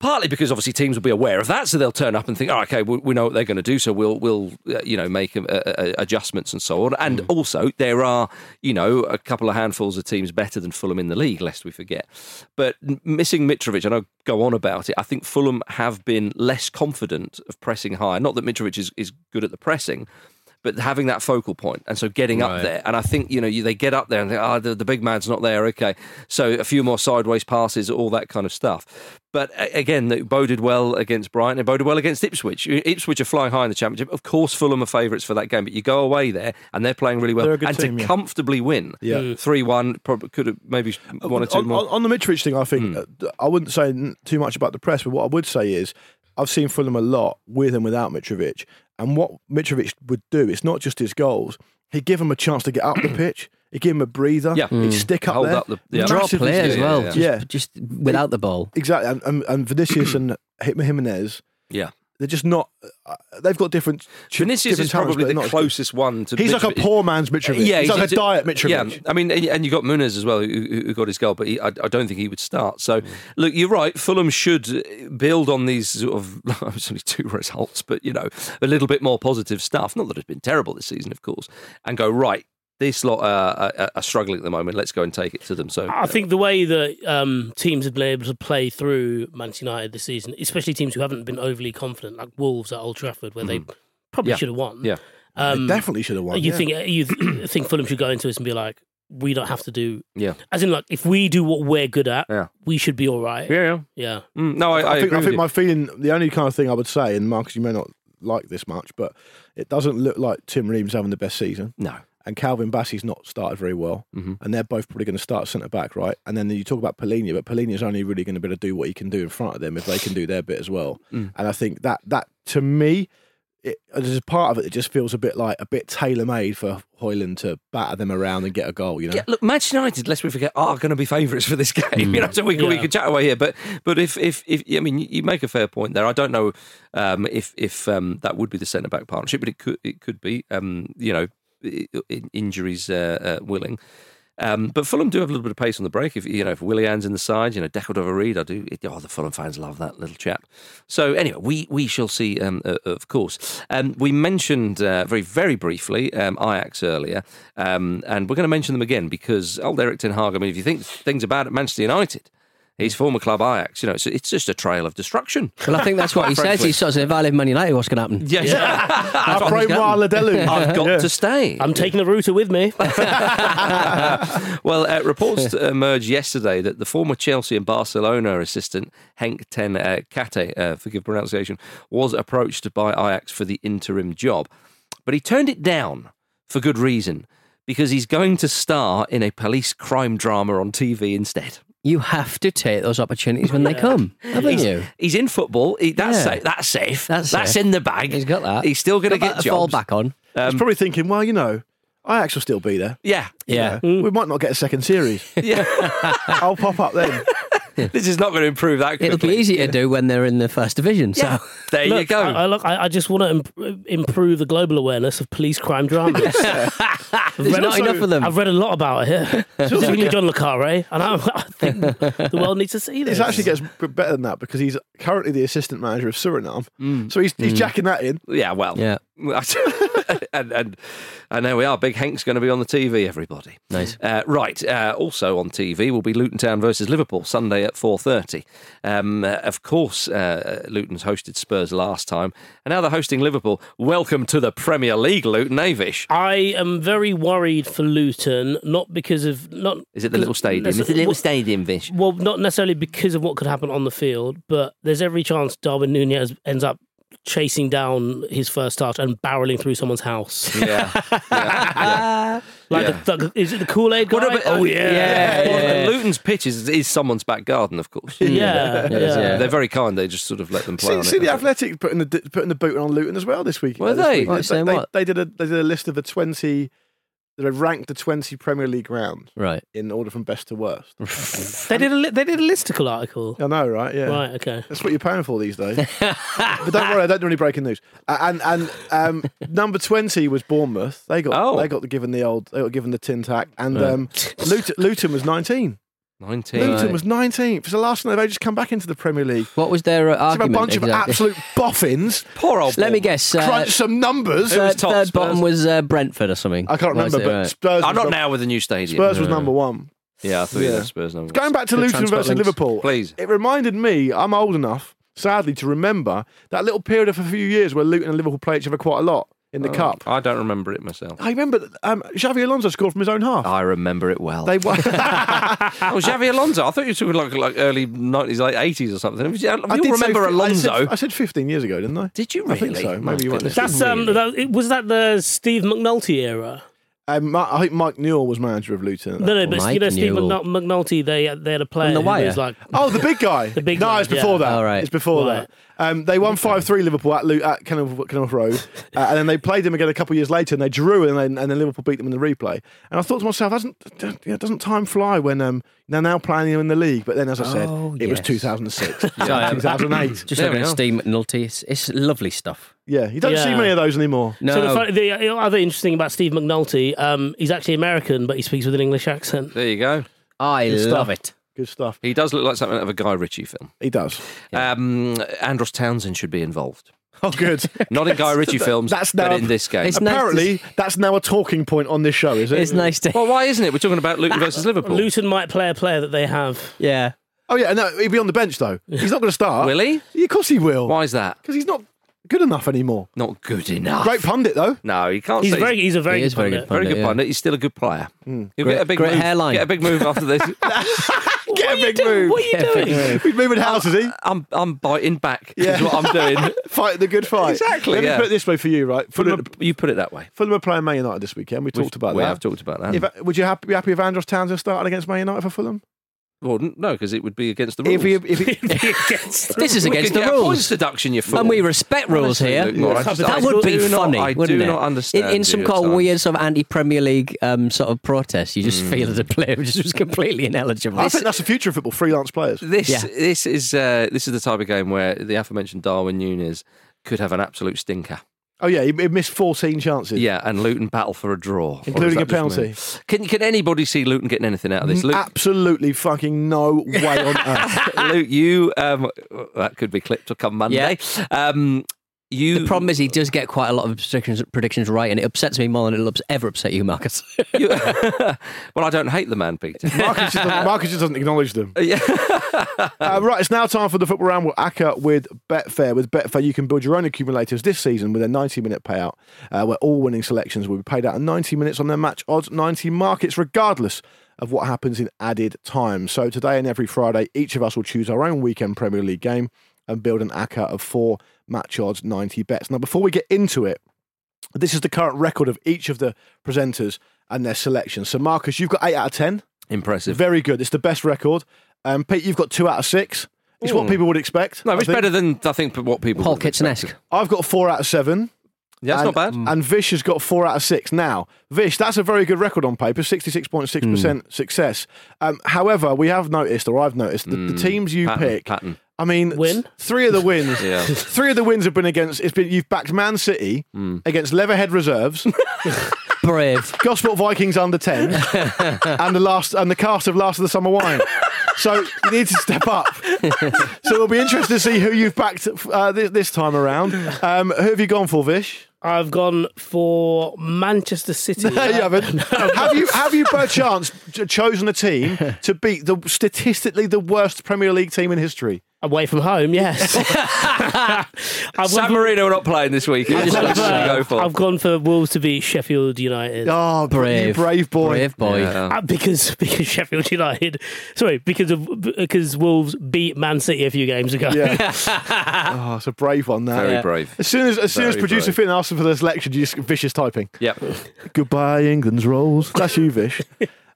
C: Partly because obviously teams will be aware of that, so they'll turn up and think, "Oh, okay, we, we know what they're going to do, so we'll we'll uh, you know make um, uh, uh, adjustments and so on." And also, there are you know a couple of handfuls of teams better than Fulham in the league, lest we forget. But n- missing Mitrovic, and I'll go on about it. I think Fulham have been less confident of pressing high. Not that Mitrovic is, is good at the pressing, but having that focal point and so getting up there and i think you know you, they get up there and think oh the, the big man's not there okay so a few more sideways passes all that kind of stuff but a- again it boded well against brighton it boded well against ipswich ipswich are flying high in the championship of course fulham are favourites for that game but you go away there and they're playing really well
D: They're a good
C: and
D: team,
C: to
D: yeah.
C: comfortably win
D: Yeah.
C: 3-1 probably could have maybe one or two
D: Uh, on,
C: more Hmm.
D: on- on the Mitrovic thing, I think uh, I wouldn't say n- too much about the press, but what I would say is I've seen Fulham a lot with and without Mitrovic, and what Mitrovic would do, it's not just his goals. He'd give him a chance to get
C: [clears throat]
D: up the pitch. He'd give him a breather.
C: Yeah.
D: He'd stick up
C: Hold
D: there.
C: up the- yeah.
E: Draw
D: Massively
E: play as
D: stick-
E: well,
C: yeah,
E: Just,
D: yeah.
E: just without the ball.
D: Exactly. And, and, and
C: [clears throat]
D: Vinicius and Hitman Jimenez,
C: yeah
D: they're just not. Uh, they've got different. ch-
C: Vinicius
D: different
C: is probably
D: talents, but
C: the
D: not as good.
C: closest one to
D: He's like a
C: Mitrovic.
D: poor man's Mitrovic. he's, like a diet Mitrovic.
C: Yeah, I mean, and, and you got Muniz as well, who, who who got his goal, but he, I, I don't think he would start. So,
D: Mm.
C: look, you're right. Fulham should build on these sort of [laughs] it's only two results, but you know, a little bit more positive stuff. Not that it's been terrible this season, of course, and go right. This lot uh, are, are struggling at the moment. Let's go and take it to them. So,
F: I think the way that um, teams have been able to play through Manchester United this season, especially teams who haven't been overly confident, like Wolves at Old Trafford, where they probably
C: Yeah.
F: should have won.
C: yeah,
F: um,
D: They definitely should have won.
F: You
D: yeah.
F: think uh, you th- think Fulham should go into this and be like, we don't have to do,
C: yeah,
F: as in like if we do what we're good at,
C: Yeah.
F: we should be all right.
C: yeah.
F: Yeah.
C: Mm, no, I, I,
D: I, think,
C: agree
D: I
C: with
D: think
C: you.
D: my feeling, the only kind of thing I would say, and Marcus, you may not like this much, but it doesn't look like Tim Reams having the best season,
C: no.
D: and Calvin Bassey's not started very well,
C: Mm-hmm.
D: and they're both probably going to start centre back, right? And then you talk about Polina, but Polina's only really going to be
C: Mm.
D: able to do what he can do in front of them if they can do their bit as well. And I think that that to me it, there's a part of it that just feels a bit like a bit tailor made for Hoyland to batter them around and get a goal. You know,
C: Yeah, look, Manchester United, lest we forget, are going to be favourites for this [laughs] game. You know, so we can, we
F: Yeah.
C: can chat away here. But but if, if if I mean, you make a fair point there. I don't know um, if if um, that would be the centre back partnership, but it could it could be. Um, you know, i- i- injuries uh, uh, willing. Um, but Fulham do have a little bit of pace on the break. If you know, if Willian's in the side, you know, Deckard over Reed, I do. It, oh, the Fulham fans love that little chap. So anyway, we we shall see. Um, uh, of course, um, we mentioned uh, very very briefly um, Ajax earlier, um, and we're going to mention them again because old Eric Ten Hag. I mean, if you think things about at Manchester United, his former club Ajax, you know, it's, it's just a trail of destruction.
E: Well, I think that's what he says.
C: Frankly.
E: He sort of, if I live Man United, what's going to happen?
C: Yes, [laughs]
D: I
E: what
D: pray
E: he's got.
D: Marladelu.
C: I've got
D: Yeah.
C: to stay.
F: I'm taking the router with me.
C: [laughs] well, uh,
E: [laughs]
C: reports emerged yesterday that the former Chelsea and Barcelona assistant Henk Ten uh, Kate, uh, forgive pronunciation, was approached by Ajax for the interim job, but he turned it down for good reason because he's going to star in a police crime drama on TV instead.
E: You have to take those opportunities when they come, haven't
C: He's,
E: you?
C: he's in football. He, that's,
E: Yeah.
C: safe. that's safe.
E: That's safe.
C: in the bag.
E: He's got that.
C: He's still going to
E: Got
C: get
E: that to fall
C: jobs.
E: back on.
C: Um,
D: He's probably thinking, well, you know, Ajax will still be there.
C: Yeah,
E: Yeah.
D: You know, we might not get a second
E: [laughs]
D: series.
C: yeah.
D: [laughs] I'll pop up then.
C: [laughs] this is not going to improve that. Quickly.
E: It'll be easy to do when they're in the first division. So [laughs]
C: Yeah. There you
F: Look,
C: go.
F: I, I look, I, I just want to imp- improve the global awareness of police crime dramas.
E: there's not enough of them.
F: I've read a lot about it, yeah. specifically John Le Carre, and I, I think the world needs to see this.
D: This actually gets b- better than that because he's currently the assistant manager of Suriname.
E: Mm.
D: So he's, he's jacking that in.
C: Yeah, well,
E: Yeah.
C: [laughs] and and and there we are. Big Hank's going to be on the TV. Everybody, nice. Uh, right. Uh, also on TV will be Luton Town versus Liverpool Sunday at four thirty. Um, uh, of course, uh, Luton's hosted Spurs last time, and now they're hosting Liverpool. Welcome to the Premier League, Luton Avish.
F: I am very worried for Luton, not because of not.
C: Is it the little stadium? Is it the little stadium, Vish?
F: Well, not necessarily because of what could happen on the field, but there's every chance Darwin Nunez ends up chasing down his first start and barreling through someone's house.
C: [laughs] Yeah. yeah,
F: uh,
C: yeah.
F: Like,
C: Yeah.
F: the, the, is it the Kool Aid guy?
C: What about-
F: oh yeah,
C: yeah, yeah. Luton's pitch is, is someone's back garden, of course.
F: Yeah, yeah.
C: They're
E: [laughs]
C: very kind. They just sort of let them play
D: See,
C: on
D: see
C: it.
D: the Athletic putting the d- putting the boot on Luton as well this week.
C: Were
D: this
C: they?
D: week.
E: Right,
D: they,
E: saying what?
D: they did a they did a list of the twenty. They ranked the twenty Premier League rounds
E: right.
D: in order from best to
E: [laughs]
D: worst.
F: They did a li- they did a listicle article.
D: I know, right? Yeah.
F: Right, okay.
D: That's what you're paying for these
E: [laughs]
D: days. but don't worry, I don't do any breaking news. Uh, and and um, number twenty was Bournemouth. They got
C: Oh.
D: they got given the old they got given the tin tack. And um, Luton, Luton was nineteen.
C: Nineteen.
D: Luton was nineteenth. It's the last night they've just come back into the Premier League.
E: What was their uh,
D: It's a
E: argument?
D: bunch of
E: exactly?
D: absolute
E: [laughs]
D: boffins.
C: Poor old.
E: Let me
C: Bournemouth.
E: guess. Uh,
D: crunch some numbers.
E: third,
C: top,
E: third
C: Spurs?
E: bottom was uh, Brentford or something.
D: I can't
E: Was
D: remember,
E: it?
D: but
E: Right.
D: Spurs.
C: I'm
D: was
C: not
D: num-
C: now with the new stadium.
D: Spurs was number one.
C: Yeah, I thought
D: Yeah.
C: yeah. Spurs number.
D: Going back to Luton
E: transfer
D: versus
E: links.
D: Liverpool,
C: Please.
D: It reminded me. I'm old enough, sadly, to remember that little period of a few years where Luton and Liverpool play each other quite a lot in the
E: Oh,
D: cup.
C: I don't remember it myself.
D: I remember that, um, Xavi Alonso scored from his own half.
C: I remember it well.
D: They
C: [laughs]
D: won.
C: oh, Xavi Alonso. I thought you were talking like like early nineties, late eighties or something. You
D: I
C: all
D: did say
C: remember
D: fi- I said-
C: Alonso?
D: I said, 15 years ago, didn't I?
C: did you
D: I
C: really?
D: think so.
C: My
D: Maybe you weren't
C: goodness.
D: listening.
F: That's um. That, was that the Steve McNulty era?
D: Um, Mi- I think Mike Newell was manager of Luton. at that
F: No, no,
D: point.
F: but
E: Mike
F: you know Steve
E: Newell.
F: McNul- McNulty. They they had a player
E: On The
F: who was
E: Wire.
F: like
D: Oh, the big guy.
F: [laughs] The big
D: no,
F: guy,
D: it's before
F: yeah.
D: that.
E: All right.
D: It's before
F: Right.
D: that. Um, they won 5 3 Liverpool at, Lu- at Kenilworth,
F: [laughs]
D: Kenilworth Road. uh, and then they played them again a couple of years later and they drew and then, and then Liverpool beat them in the replay. And I thought to myself, doesn't, you know, doesn't time fly when um, they're now playing in the league? But then, as I said,
E: Oh,
D: it was
C: [laughs]
E: yes.
D: 2006,
E: Sorry, I'm-
D: 2008.
E: Just
C: There
E: looking
C: we
E: at
C: are.
E: Steve McNulty. It's, it's lovely stuff.
D: yeah, you don't see
F: Yeah.
D: many of those anymore.
E: No.
F: So the, fun- the uh, other interesting about Steve McNulty, um, he's actually American, but he speaks with an English accent.
C: There you go.
E: I
D: Good
E: love
D: stuff.
E: it.
D: Good stuff.
C: He does look like something out of a Guy Ritchie film.
D: He
C: [laughs]
D: does.
C: Um, Andros Townsend should be involved.
D: Oh, good. [laughs]
C: Not in Guy Ritchie films,
D: That's now
C: but in this game.
E: It's nice to
D: Apparently, that's now a talking point on this show, is it?
E: It's nice to.
C: Well, why isn't it? We're talking about Luton versus Liverpool.
F: Luton might play a player that they have.
E: Yeah.
D: Oh, yeah, no, he'll be on the bench, though. He's not going to start.
C: Will he?
D: Yeah, of course he will.
C: Why is that?
D: Because he's not good enough anymore.
C: Not good enough.
D: Great pundit
C: [laughs]
D: though.
C: No, you can't.
F: He's
C: say
F: very, he's a very,
E: He is
F: good
E: very
F: pundit.
E: good
C: Very
E: Pundit,
C: good
E: yeah.
C: ponder. He's still a good player. He'll
E: Great-
C: get a big
E: great
C: move.
E: hairline.
C: [laughs] Get a big move after this.
D: Get a big move.
F: What are you doing?
D: He's moving houses, he?
C: I'm I'm biting back.
D: Yeah.
C: Is what I'm
D: [laughs]
C: doing.
D: Fight the good fight.
C: Exactly,
D: Let
C: yeah.
D: me put it this way for you, right?
C: Put
D: Fulham,
C: it- you put it that way.
D: Fulham are playing Man United this weekend. We
C: We've-
D: talked about
C: we Um,
D: that.
C: have talked about that.
D: If- would you happy, be happy if Andros Townsend started against Man United for Fulham?
C: Well, n- no, because it would be against the rules.
D: If you, if
C: [laughs]
D: you,
E: This is
C: We
E: against
C: could
E: the
C: get a
E: rules.
C: points deduction, you fool.
E: And we respect rules
C: Honestly,
E: here.
C: Luke, Moore, I just- I
E: that would be
C: do not-
E: funny.
C: I
E: wouldn't
C: do
E: it?
C: not understand.
E: In, in some
C: you
E: kind
C: at
E: of
C: times.
E: weird sort of anti-Premier League um, sort of protest, you
C: Hmm.
E: just feel as a player just was completely ineligible.
D: I think that's the future of football, freelance players.
C: This
E: Yeah.
C: this is uh, this is the type of game where the aforementioned Darwin Nunes could have an absolute stinker.
D: Oh, yeah, he, he missed 14 chances.
C: Yeah, and Luton battle for a draw, Or is
D: Including
C: that
D: a
C: just me? Can can anybody see Luton getting anything out of this? Luke,
D: Absolutely fucking no way
C: [laughs]
D: on earth.
E: [laughs]
C: Luke, you um, that could be clipped to come Monday. Um, you
E: the problem is he does get quite a lot of predictions, predictions right, and it upsets me more than it'll ups- ever upset you, Marcus.
C: you- [laughs] well, I don't hate the man, Peter.
D: Marcus just, doesn't, Marcus just doesn't acknowledge them.
C: Yeah.
D: [laughs] Uh, right, it's now time for the football round. We'll ACCA with Betfair. With Betfair, you can build your own accumulators this season with a 90 minute payout, uh, where all winning selections will be paid out in 90 minutes on their match odds, 90 markets, regardless of what happens in added time. So today and every Friday, each of us will choose our own weekend Premier League game and build an ACCA of four match odds, 90 bets. Now, before we get into it, this is the current record of each of the presenters and their selections. So, Marcus, you've got 8 out of 10.
C: Impressive.
D: Very good. It's the best record. Um, Pete, you've got two out of six. It's what
C: Ooh.
D: people would expect.
C: No,
D: I
C: it's
D: think.
C: better than I think what people.
E: Paul
C: would have
E: Kitson-esque.
C: expected.
D: I've got four out of seven.
C: Yeah, that's
D: and,
C: not bad.
D: And Vish has got four out of six. Now, Vish, that's a very good record on paper, 66.6%
C: Mm.
D: success. Um, however, we have noticed, or I've noticed, that the teams you
C: Mm. Pattern,
D: pick.
C: pattern.
D: I mean, th-
F: Win?
D: three of the wins.
C: [laughs] Yeah.
D: Three of the wins have been against. It's been you've backed Man City
C: Mm.
D: against Leatherhead Reserves,
E: Brave.
D: Gosport Vikings under ten, and the last and the cast of Last of the Summer Wine. So you need to step up. so it'll be interesting to see who you've backed uh, this, this time around. Um, who have you gone for, Vish?
F: I've gone for Manchester
C: [laughs]
F: City.
D: No, [laughs] you haven't. have you? Have you, by chance, ch- chosen a team to beat the statistically the worst Premier League team in history?
F: Away from home,
C: [laughs]
F: yes. I've,
C: San
F: gone
C: Marino are not playing this week. You just
F: for,
C: what you go for.
F: I've gone for Wolves to beat Sheffield United.
D: Oh, brave,
E: Brave.
D: you brave boy!
E: Brave boy.
C: Yeah.
F: Uh, because [laughs] because Sheffield United, sorry, because of because Wolves beat Man City a few games ago. [laughs]
D: Yeah. oh, it's a brave one. That
C: Very brave.
D: As soon as as soon as
C: Very
D: producer
C: brave.
D: Finn asks him for this lecture, you just vicious typing.
C: Yep.
D: Goodbye, England's rolls. That's you, Vish.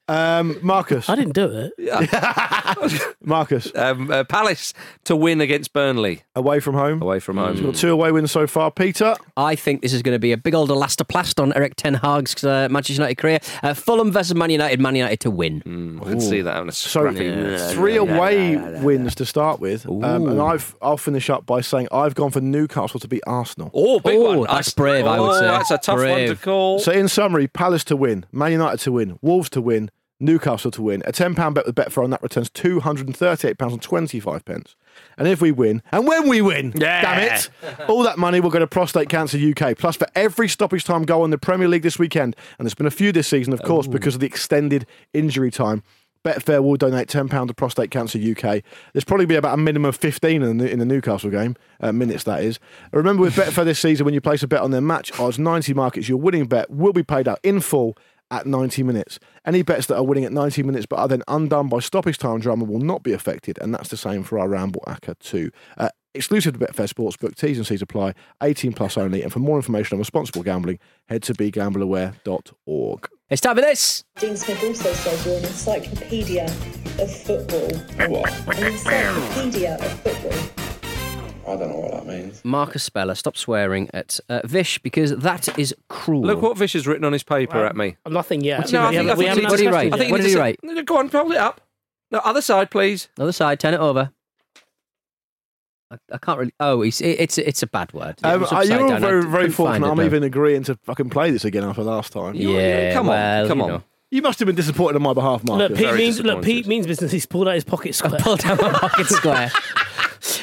D: Um, Marcus,
F: I didn't do it.
D: [laughs] Marcus,
C: Um, uh, Palace to win against Burnley
D: away from home.
C: away from
D: He's got
E: Mm.
C: home.
D: two away wins so far. Peter,
E: I think this is going to be a big old elastoplast on Eric Ten Hag's uh, Manchester United career. Uh, Fulham versus Man United. Man United to win.
C: Mm, I can see that on a
D: so
C: scrappy.
D: three away wins to start with, um, and I've I'll finish up by saying I've gone for Newcastle to beat Arsenal.
C: Oh, big
E: Oh,
C: one.
E: that's brave, I would
C: oh,
E: say.
C: That's a tough one to
E: Brave.
C: call.
D: So in summary, Palace to win, Man United to win, Wolves to win, Newcastle to win. A ten pound bet with Betfair on that returns two hundred and thirty-eight pounds and twenty-five pence. And if we win, and when we win, damn it, all that money will go to Prostate Cancer UK. Plus, for every stoppage time goal in the Premier League this weekend, and there's been a few this season, of course, because of the extended injury time. Betfair will donate £10 to Prostate Cancer UK. There's probably be about a minimum of 15 in the, in the Newcastle game, uh, minutes that is. Remember with Betfair this season, when you place a bet on their match odds, 90 markets, your winning bet will be paid out in full at 90 minutes. Any bets that are winning at 90 minutes but are then undone by stoppage time drama will not be affected, and that's the same for our Ramble ACCA too. Uh, exclusive to Betfair Sportsbook, T's and C's apply, 18 plus only, and for more information on responsible gambling, head to begambleaware.org.
E: It's time for this.
I: Dean Smith also says you're an encyclopedia of football. What? An encyclopedia of football.
E: Marcus Speller, stop swearing at uh, Vish because that is cruel.
C: Look what Vish has written on his paper at me.
F: I'm nothing yet.
E: No, I think- I think
F: haven't
E: it's- what did he
F: discussed
E: write?
F: it
E: I
F: yet.
E: think- What did he
C: it's-
E: write?
C: No, Go on, hold it up. No, other side, please.
E: Other side, turn it over. I, I can't really. Oh, he's, it, it's it's a bad word. It
D: Um,
E: was
D: uh,
E: upside
D: you're all
E: down. I
D: very,
E: d-
D: very
E: couldn't find
D: fortunate.
E: it,
D: I'm
E: though. [laughs]
D: even agreeing to fucking play this again after last time.
E: Yeah,
C: come on,
E: well,
C: come
E: you
C: on.
E: know.
D: You must have been disappointed on my behalf, Marcus.
F: Look, Pete
C: Very
F: means look,
C: disappointed.
F: Pete means business. He's pulled out his pocket square.
E: Pull down my pocket square. [laughs]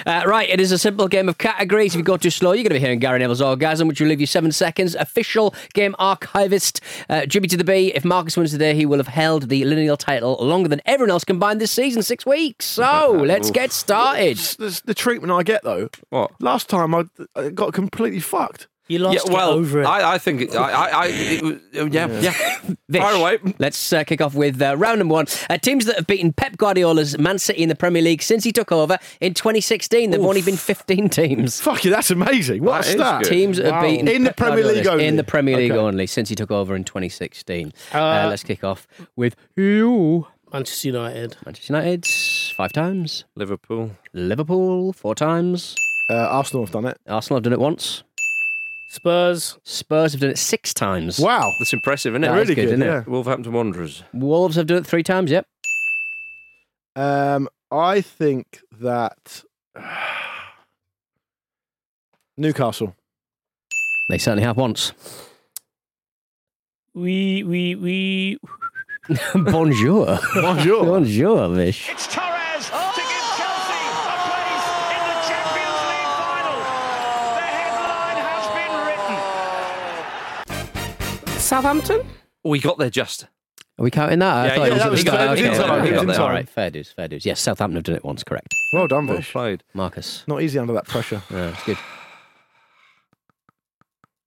E: Uh, right, it is a simple game of categories. If you go too slow, you're going to be hearing Gary Neville's orgasm, which will leave you seven seconds. Official game archivist, uh, Jimmy to the B. If Marcus wins today, he will have held the lineal title longer than everyone else combined this season, six weeks.
D: [laughs]
E: So let's get started.
D: the, the treatment I get though.
C: What?
D: Last time I, I got completely fucked.
F: You lost it
C: well,
F: over it.
C: I, I think it, I, I, I it, was- yeah, yeah.
E: [laughs] Vish.
C: Fire away.
E: Let's uh, kick off with uh, round number one. Uh, teams that have beaten Pep Guardiola's Man City in the Premier League since he took over in 2016. There've only been 15 teams.
D: Fuck you, that's amazing. What's
C: That is
D: that?
C: good.
E: Teams that have
D: Wow.
E: beaten
D: In the
E: Pep
D: Premier League
E: Guardiola's
D: only.
E: in the Premier League
D: Okay.
E: only since he took over in 2016. Uh, let's kick off with you.
F: Manchester United.
E: Manchester United five times.
C: Liverpool.
E: Liverpool four times.
D: Uh, Arsenal have done it.
E: Arsenal have done it once.
F: Spurs.
E: Spurs have done it six times.
D: Wow.
C: That's impressive, isn't it?
E: That is Really good, good, isn't it? yeah.
C: Wolverhampton Wanderers.
E: Wolves have done it three times. Yep.
D: Um, I think that [sighs]
E: [laughs]
D: Newcastle.
E: They certainly have once.
F: We we we.
E: [laughs] Bonjour.
D: Bonjour.
E: Bonjour, Vish.
J: It's Torres to give Chelsea a place in the Champions League final. The headline has been written.
K: Southampton?
C: We Oh, got there just.
E: Are we counting that?
C: Yeah,
E: I
C: yeah,
E: thought it was,
C: that was
E: he got-
C: time.
E: okay,
C: He was
E: okay,
C: time. He
E: okay,
C: was
E: okay.
C: time.
E: All right, fair dues, fair dues. Yes, Southampton have done it once, correct.
D: Well done,
C: Well
D: Vish.
C: played.
E: Marcus.
D: Not easy under that pressure.
E: Yeah, it's good.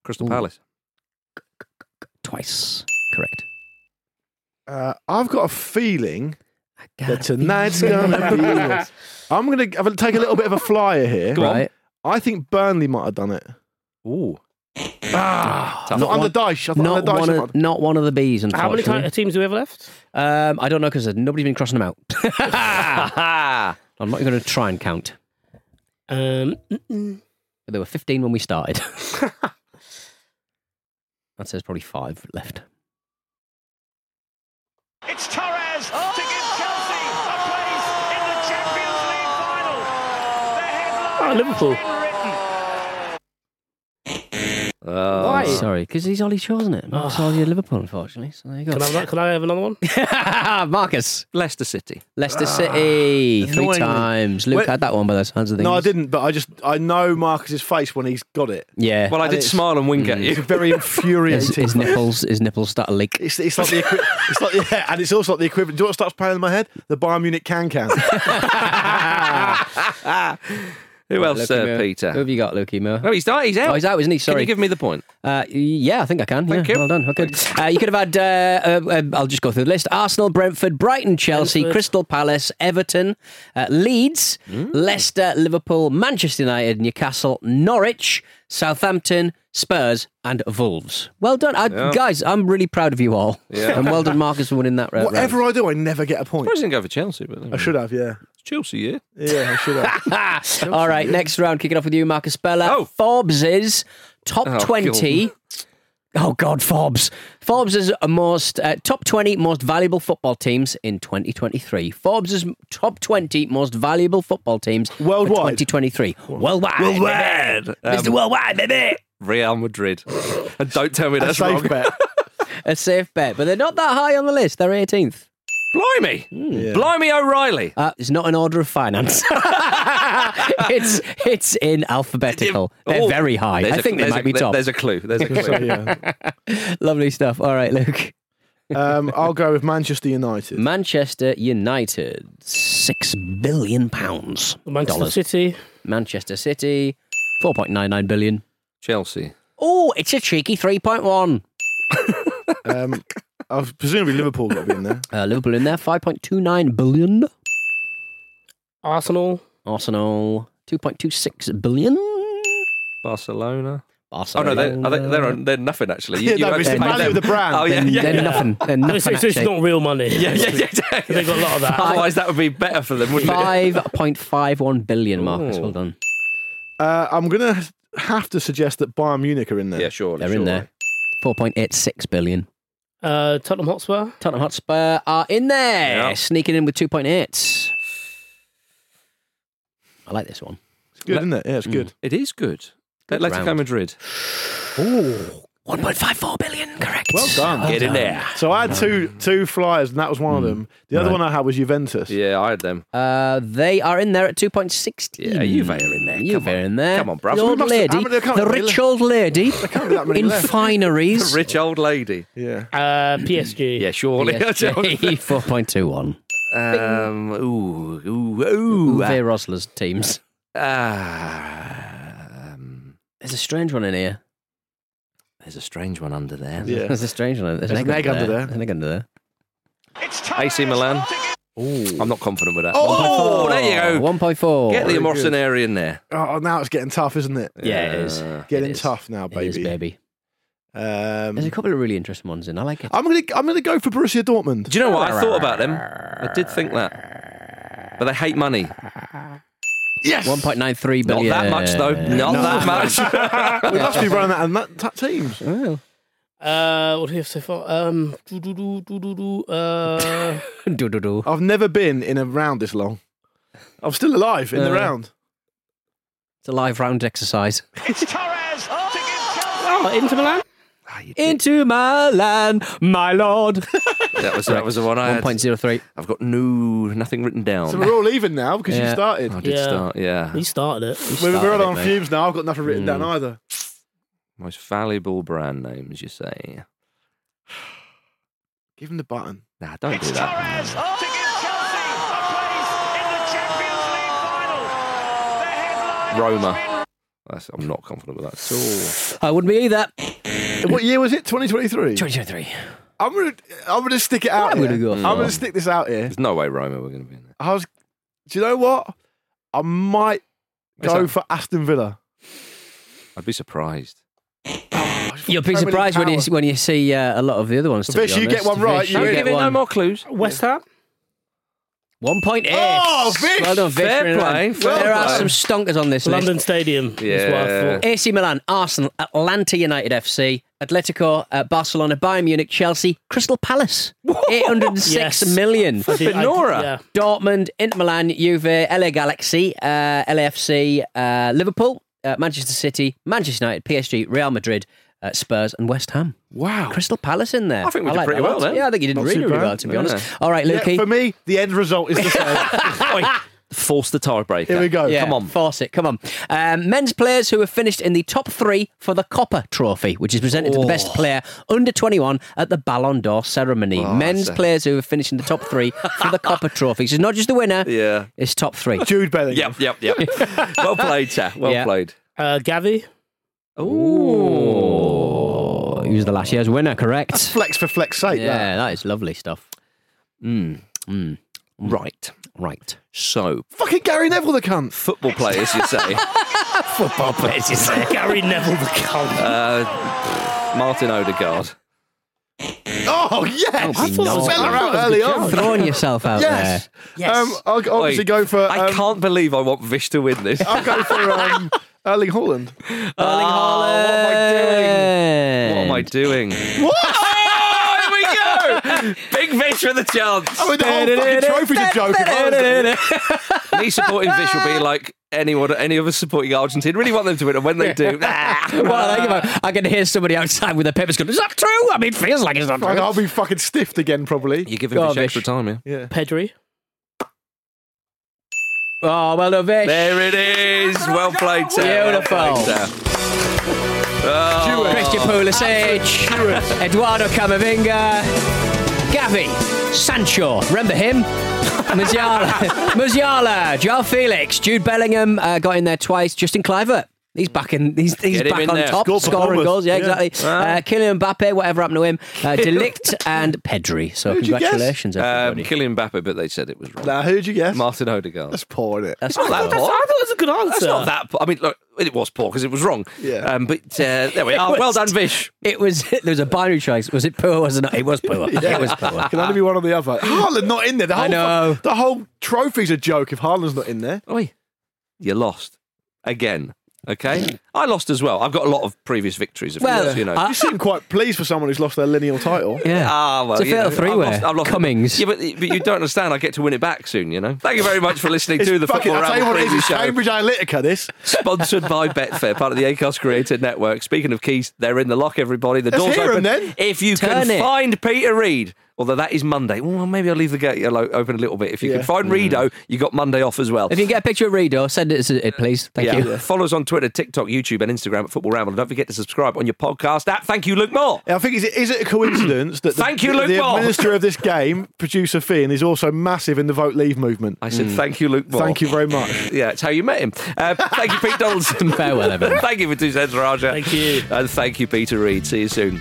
C: Crystal
E: Ooh.
C: Palace.
E: Twice. Correct.
D: Uh, I've got a feeling that
E: Gotta be
D: tonight's
C: [laughs]
D: gonna be. yours. I'm gonna have a- take a little bit of a flyer here.
E: right.
D: I think Burnley might have done it.
C: Ooh.
D: Not, under Dyche. I thought
E: Not
D: under Dyche.
E: one,
D: might
E: of, not one of the bees,
F: How many
E: unfortunately.
F: kind of teams do we have left?
E: um, I don't know because nobody's been crossing them out. [laughs] I'm not going to try and count.
F: Um,
E: But there were 15 when we started. [laughs] that says probably five left.
J: It's Torres to give Chelsea a place in the Champions League final. The headline
F: Oh, Liverpool.
J: has been written.
C: Why?
E: Oh, Sorry, because he's Ollie Shaw, isn't it? Marcus Ollie at Liverpool, unfortunately. So there you
F: Ah. can I have,
E: go.
F: that- can I have another one?
E: [laughs] Marcus.
C: Leicester City.
E: Leicester City. Three
D: annoyingly.
E: times. Luke
D: Wait-
E: had that one by the sounds of
D: have-
E: things.
D: no, I didn't. But I just I know Marcus's face when he's got it.
E: Yeah. Mm.
C: Well, I
D: And
C: did
D: it's-
C: smile and wink at
D: It's
C: you. [laughs]
E: [laughs]
D: very
E: his,
D: infuriating.
E: his nipples, his nipples start to leak.
D: It's, it's like the equi- it's like yeah, and it's also like the equivalent. Do you know what starts playing in my head? The Bayern Munich can
E: [laughs]
D: can.
C: Who else,
E: Lukey
C: uh,
E: Moore. Who
C: Peter?
E: have you got, Lukey Moore?
C: No, he's not. He's out.
E: Oh, he's out, isn't he?
C: Can
E: Sorry.
C: you give me the point?
E: Uh, yeah, I think I can.
C: Thank
E: yeah,
C: you.
E: Well done. Okay. Uh, you could have had. Uh, uh, uh, I'll just go through the list: Arsenal, Brentford, Brighton, Chelsea,
F: Brentford.
E: Crystal Palace, Everton, uh, Leeds,
C: Hmm.
E: Leicester, Liverpool, Manchester United, Newcastle, Norwich, Southampton, Spurs, and Wolves. Well done, I,
C: Yeah.
E: guys. I'm really proud of you all,
C: Yeah.
E: and well done, Marcus, for winning that round.
D: Whatever I do, I never get a point.
C: I didn't go for Chelsea, but
D: I should have, yeah,
C: Chelsea, yeah.
D: yeah, I should have.
E: Ah, [laughs] all right, next round, kicking off with you, Marcus Bella.
C: Oh.
E: Forbes's top
C: Oh,
E: 20. Oh, God, Forbes. Forbes's most uh, top 20 most valuable football teams in 2023. Forbes's top 20 most valuable football teams for
D: Worldwide.
E: 2023. Worldwide.
C: Worldwide.
E: baby.
C: Um,
E: Mr. Worldwide, baby.
D: [laughs]
C: Real Madrid. and don't tell me
D: a
C: [laughs] that's wrong.
D: safe bet.
E: A safe bet, but they're not that high on the list. They're 18th.
C: Blimey.
D: Hmm. Yeah.
C: Blimey O'Reilly.
E: Uh, it's not an order of finance. [laughs] it's it's in alphabetical. They're
C: Oh,
E: very high.
C: there's
E: I
C: a-
E: think they
C: there's a-
E: might be top.
C: There's a clue. There's a
D: So, [laughs]
C: clue.
D: yeah.
E: Lovely stuff. All right, Luke.
D: um, I'll go with Manchester United.
E: Manchester United, six billion pounds.
F: Manchester
E: dollars.
F: City.
E: Manchester City, four point nine nine billion.
C: Chelsea.
E: Oh, it's a cheeky three point one.
D: Um, I've presumably Liverpool got to be in there.
E: Uh, Liverpool in there, five point two nine billion.
F: Arsenal.
E: Arsenal, two point two six billion.
C: Barcelona. Oh,
E: Barcelona.
C: no, they're, are they, they're, on, they're nothing,
D: [laughs]
C: actually.
D: Yeah, no,
C: had
D: it's
C: to
D: the
C: make
D: value of
C: them.
D: the brand.
C: Oh, yeah,
E: They're-
C: yeah,
E: they're
C: yeah.
E: nothing. They're
F: No, [laughs]
E: nothing.
F: so, so it's
E: actually.
F: not real money.
C: Yeah, yeah, yeah.
F: They got a lot of that.
C: Otherwise, that would be better for them, wouldn't it?
E: 5.51 billion, Marcus.
C: Ooh.
E: Well done.
D: Uh, I'm gonna have to suggest that Bayern Munich are in there.
C: Yeah, surely.
E: They're in there. 4.86 billion.
F: Uh, Tottenham Hotspur.
E: Tottenham Hotspur are in there,
C: Yeah.
E: sneaking in with 2.8. I like this one.
D: It's good, isn't it? Yeah,
C: Mm.
D: it's good.
C: It is good.
E: Good
C: Atletico
E: round.
C: Madrid.
E: 1.54 billion, correct.
D: Well done. Mm.
C: Get in there.
D: So I had two two flyers, and that was one of them. The other one I had was Juventus.
C: Yeah, I had
D: [laughs]
C: them.
E: Uh, they are in there at 2.16.
C: Yeah, Juve are in there.
E: Juve
C: Come
E: are
C: on.
E: in there.
C: Come on, bruv.
E: The
C: We
E: old
D: must have-
E: lady,
D: how many- there can't
E: the
D: be that-
E: rich old lady
D: can't be that many
E: in
D: left.
E: fineries.
C: [laughs] Rich old lady.
D: Yeah.
F: Uh, PSG.
C: Yeah, surely. [laughs]
E: [laughs] PSG, 4.21.
C: um, ooh, ooh, ooh. uh,
E: Uwe Rosler's teams.
C: Ah, um,
E: There's a strange one in here.
C: there's a strange one under there.
D: Yeah.
E: [laughs] There's a strange one. There's,
D: There's
E: an
D: an egg under there.
E: There's an egg under there.
C: AC Milan. I'm not confident with that.
D: Oh!
C: 1.4. there you go.
E: 1.4.
D: Very
C: Get the
D: good.
C: Emorcenary in there.
D: Oh, now it's getting tough, isn't it?
E: Yeah, it is.
C: Uh,
D: Getting
E: is.
D: tough now,
C: Mm.
E: It is,
D: baby.
E: baby.
D: Um,
E: There's a couple of really interesting ones in. I like it. [laughs]
D: I'm gonna I'm gonna go for Borussia Dortmund.
C: Do you know what? I thought about them. I did think that. But they hate money.
D: Yes.
E: 1.93 billion.
C: Not that much, though. Not [laughs] that much.
D: [laughs] we must be running out of that, that teams.
F: Uh, what do we have so far? Um, doo doo doo doo doo doo. Uh,
E: [laughs] do, do, do.
D: I've never been in a round this long. I'm still alive in the
E: Uh,
D: round.
E: It's a live round
C: [laughs]
E: exercise.
F: oh, Inter Milan.
C: Ah,
E: Into my land, my lord.
C: that was [laughs] that was the one I had.
E: 1.03.
C: I've got no nothing written down.
D: So we're all even now because you
E: Yeah.
D: started.
C: I Oh, did
F: Yeah.
C: start. Yeah,
F: He started it.
D: we're we're
E: started
D: all
E: it,
D: on
E: mate.
D: fumes now. I've got nothing written down
C: Mm.
D: either.
C: most valuable brand names. You say?
D: Give him the button.
C: Nah, don't do that. Roma. That's, I'm not confident with that at all.
E: I wouldn't be either.
D: What year was it? 2023.
E: 2023.
D: I'm gonna I'm gonna stick it out.
E: I'm gonna
D: here.
E: go
D: I'm
E: for
D: gonna
E: it.
D: stick this out here.
C: There's no way Roma were going to be in there.
D: I was. Do you know what? I might
C: What's
D: go
C: that?
D: for Aston Villa.
C: I'd be surprised.
E: You'll be
D: How many
E: surprised when you
D: powers?
E: when you see uh, a lot of the other ones. to
D: Vish,
E: be
D: you get
E: honest.
D: one right,
E: Vish,
D: you win.
E: get
D: Give it
E: one.
C: clues.
F: West Ham.
E: 1.8.
D: Oh, Vish!
E: Well done, Vish.
C: Fair
E: Well done.
C: play, fair
E: there are
C: play.
E: some stonkers on this
F: London
E: list.
F: Stadium. Yeah. That's what I
C: Yeah.
F: thought.
E: AC Milan, Arsenal, Atlanta United FC, Atletico, uh, Barcelona, Bayern Munich, Chelsea, Crystal Palace. eight hundred and six
F: Yes.
E: million.
F: I did- I did-
C: Nora.
F: yeah.
E: Dortmund, Inter Milan, Juve, LA Galaxy, uh, LAFC, uh, Liverpool, uh, Manchester City, Manchester United, PSG, Real Madrid, uh, Spurs, and West Ham.
D: Wow.
E: Crystal Palace in there.
C: I think we did
E: like
C: pretty
E: that
C: well
E: one.
C: there.
E: Yeah, I think you did
D: Not
E: really,
D: too
E: really
D: bad.
E: well, to be
C: Yeah.
E: honest. All right,
D: Yeah,
E: Lukey.
D: for me, the end result is the same.
C: Force the tiebreaker.
D: Here we go.
E: Yeah,
C: Oh, Come on.
E: Force it. Come on. Um, men's players who have finished in the top three for the Copper Trophy, which is presented to the
C: Oh.
E: best player under 21 at the Ballon d'Or ceremony. men's players who have finished in the top three for
C: [laughs]
E: the Copper Trophy. So it's not just the winner,
C: Yeah.
E: it's top three.
D: Jude Bellingham.
C: Yep, yep,
D: [laughs]
C: yep. well played, sir. Well
E: Yeah.
C: played.
F: Uh, Gavi.
C: Oh.
E: Ooh. He was the last year's winner, correct?
D: Flex for flex sake. that.
E: Yeah, that is lovely stuff. Hmm,
C: Mm. Right.
E: Right.
C: So,
D: Fucking Gary Neville, the cunt.
C: football players, you
D: [laughs]
C: say.
E: Football players, you say.
F: [laughs] Gary Neville the cunt.
C: Uh, Martin Odegaard.
D: Oh yes.
E: Don't be naughty.
D: Fell
E: I
D: out early on.
E: Throwing yourself out
D: Yes. Um, I'll g- obviously
C: Oi,
D: go for. Um,
C: I can't believe I want Vish to win
D: [laughs]
C: this.
D: I'll go for um, Erling Haaland.
E: there. Erling
C: Oh, what Ah, am I
E: Haaland.
C: doing? What am I doing? [laughs] Oh, here we go! Big Vish with a chance.
D: Oh, the whole fucking
C: [laughs]
D: trophy's a joke. if I was there.
C: Me supporting Vish will [laughs] be like anyone, any of us supporting Argentina. Really want them to win, and when they [laughs] do,
E: [laughs] Well, I, think about, I can hear somebody outside with a pepper gun. Is that true? I mean, it feels like it's not
D: Fuck,
E: true.
D: I'll be fucking stiffed again, probably.
C: you're giving
E: Go on,
C: Vish extra
E: Vish.
C: time, yeah.
D: Yeah.
F: Pedri.
E: Oh, well done, Vish.
C: There it is. Well played, Sam.
E: Beautiful.
C: Well played, Sam. Oh,
E: Christian Pulisic, Eduardo Camavinga, Gavi, Sancho,
D: [laughs]
E: remember him? Musiala, Musiala, Joel Felix, Jude Bellingham uh, got in there twice. Justin Clivert, he's back in. He's, he's
C: Get him
E: back
C: in
E: on
C: there.
E: top,
D: Scored for
E: scoring
D: Bournemouth.
E: goals. Yeah,
D: Yeah.
E: exactly. Uh, Kylian Mbappe, whatever happened to him?
D: [laughs]
E: Uh, Delict and Pedri. So
D: Who'd you guess? Uh,
E: congratulations,
C: um,
E: everybody.
C: Kylian Mbappe, but they said it was wrong.
D: Now, who'd you guess?
C: Martin Odegaard.
D: That's poor, is it?
E: That's
C: not that
E: cool.
F: That's, I
C: poor.
F: thought it was a good answer.
C: That's not that. poor. I mean, look, it was poor because it was wrong.
D: Yeah.
C: Um, but uh, there we are. Well done, Vish.
E: It was [laughs] there was a binary choice. Was it poor? or Was it not? It
C: [laughs]
E: was poor. It was poor.
D: Can only be one or the other. Haaland not in there. The whole,
E: I know.
D: The whole trophy's a joke if Haaland's not in there.
C: Oi, you lost again.
D: [clears throat]
C: Okay, I lost as well. I've got a lot of previous victories. Of
E: Well,
C: yours, you know.
E: I-
D: You seem quite pleased for someone who's lost their lineal title.
E: [laughs] Yeah.
C: Ah, well,
E: It's a
C: you
E: fatal
C: know,
E: three-way.
C: I've lost- I've lost-
E: Cummings.
C: Yeah, but, but you don't understand. I get to win it back soon, you know. Thank you very much for listening
D: [laughs] It's
C: to the
D: fucking,
C: Football
D: I'll tell you what
C: Ramble
D: it is,
C: preview
D: it's
C: show.
D: Cambridge [laughs] Analytica, this.
C: Sponsored by Betfair, part of the ACOS Creator Network. Speaking of keys, they're in the lock, everybody. The
D: Let's
C: door's
D: hear 'em
C: open.
D: then.
C: If you
E: Turn
C: can
E: it.
C: find Peter Reed, although that is Monday. Well, maybe I'll leave the gate lo- open a little bit. If you
D: Yeah.
C: can find Redo, you got Monday off as well.
E: If you can get a picture of Rido, send it to it, please. Thank
C: yeah.
E: you.
C: [laughs] Follow us on Twitter, TikTok, YouTube, and Instagram at Football Ramble. And don't forget to subscribe on your podcast app. Thank you, Luke Moore.
D: I think, is it, is it a coincidence that the,
C: Thank you,
D: the,
C: Luke
D: the
C: Ball.
D: administrator of this game, producer Finn, is also massive in the Vote Leave movement?
C: I said, thank you, Luke Moore.
D: Thank you very much.
C: Yeah, it's how you met him. Uh, thank you, Pete Donaldson.
E: Farewell,
C: [laughs]
E: everyone.
C: thank you for two cents, Raja.
F: Thank you.
C: And thank you, Peter Reed. See you soon.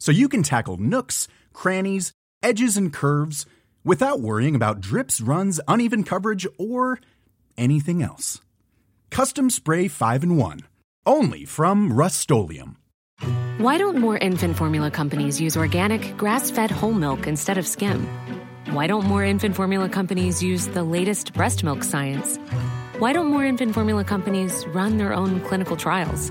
L: So you can tackle nooks, crannies, edges, and curves without worrying about drips, runs, uneven coverage, or anything else. Custom Spray 5 in 1. Only from Rust
M: Why don't more infant formula companies use organic, grass fed whole milk instead of skim? Why don't more infant formula companies use the latest breast milk science? Why don't more infant formula companies run their own clinical trials?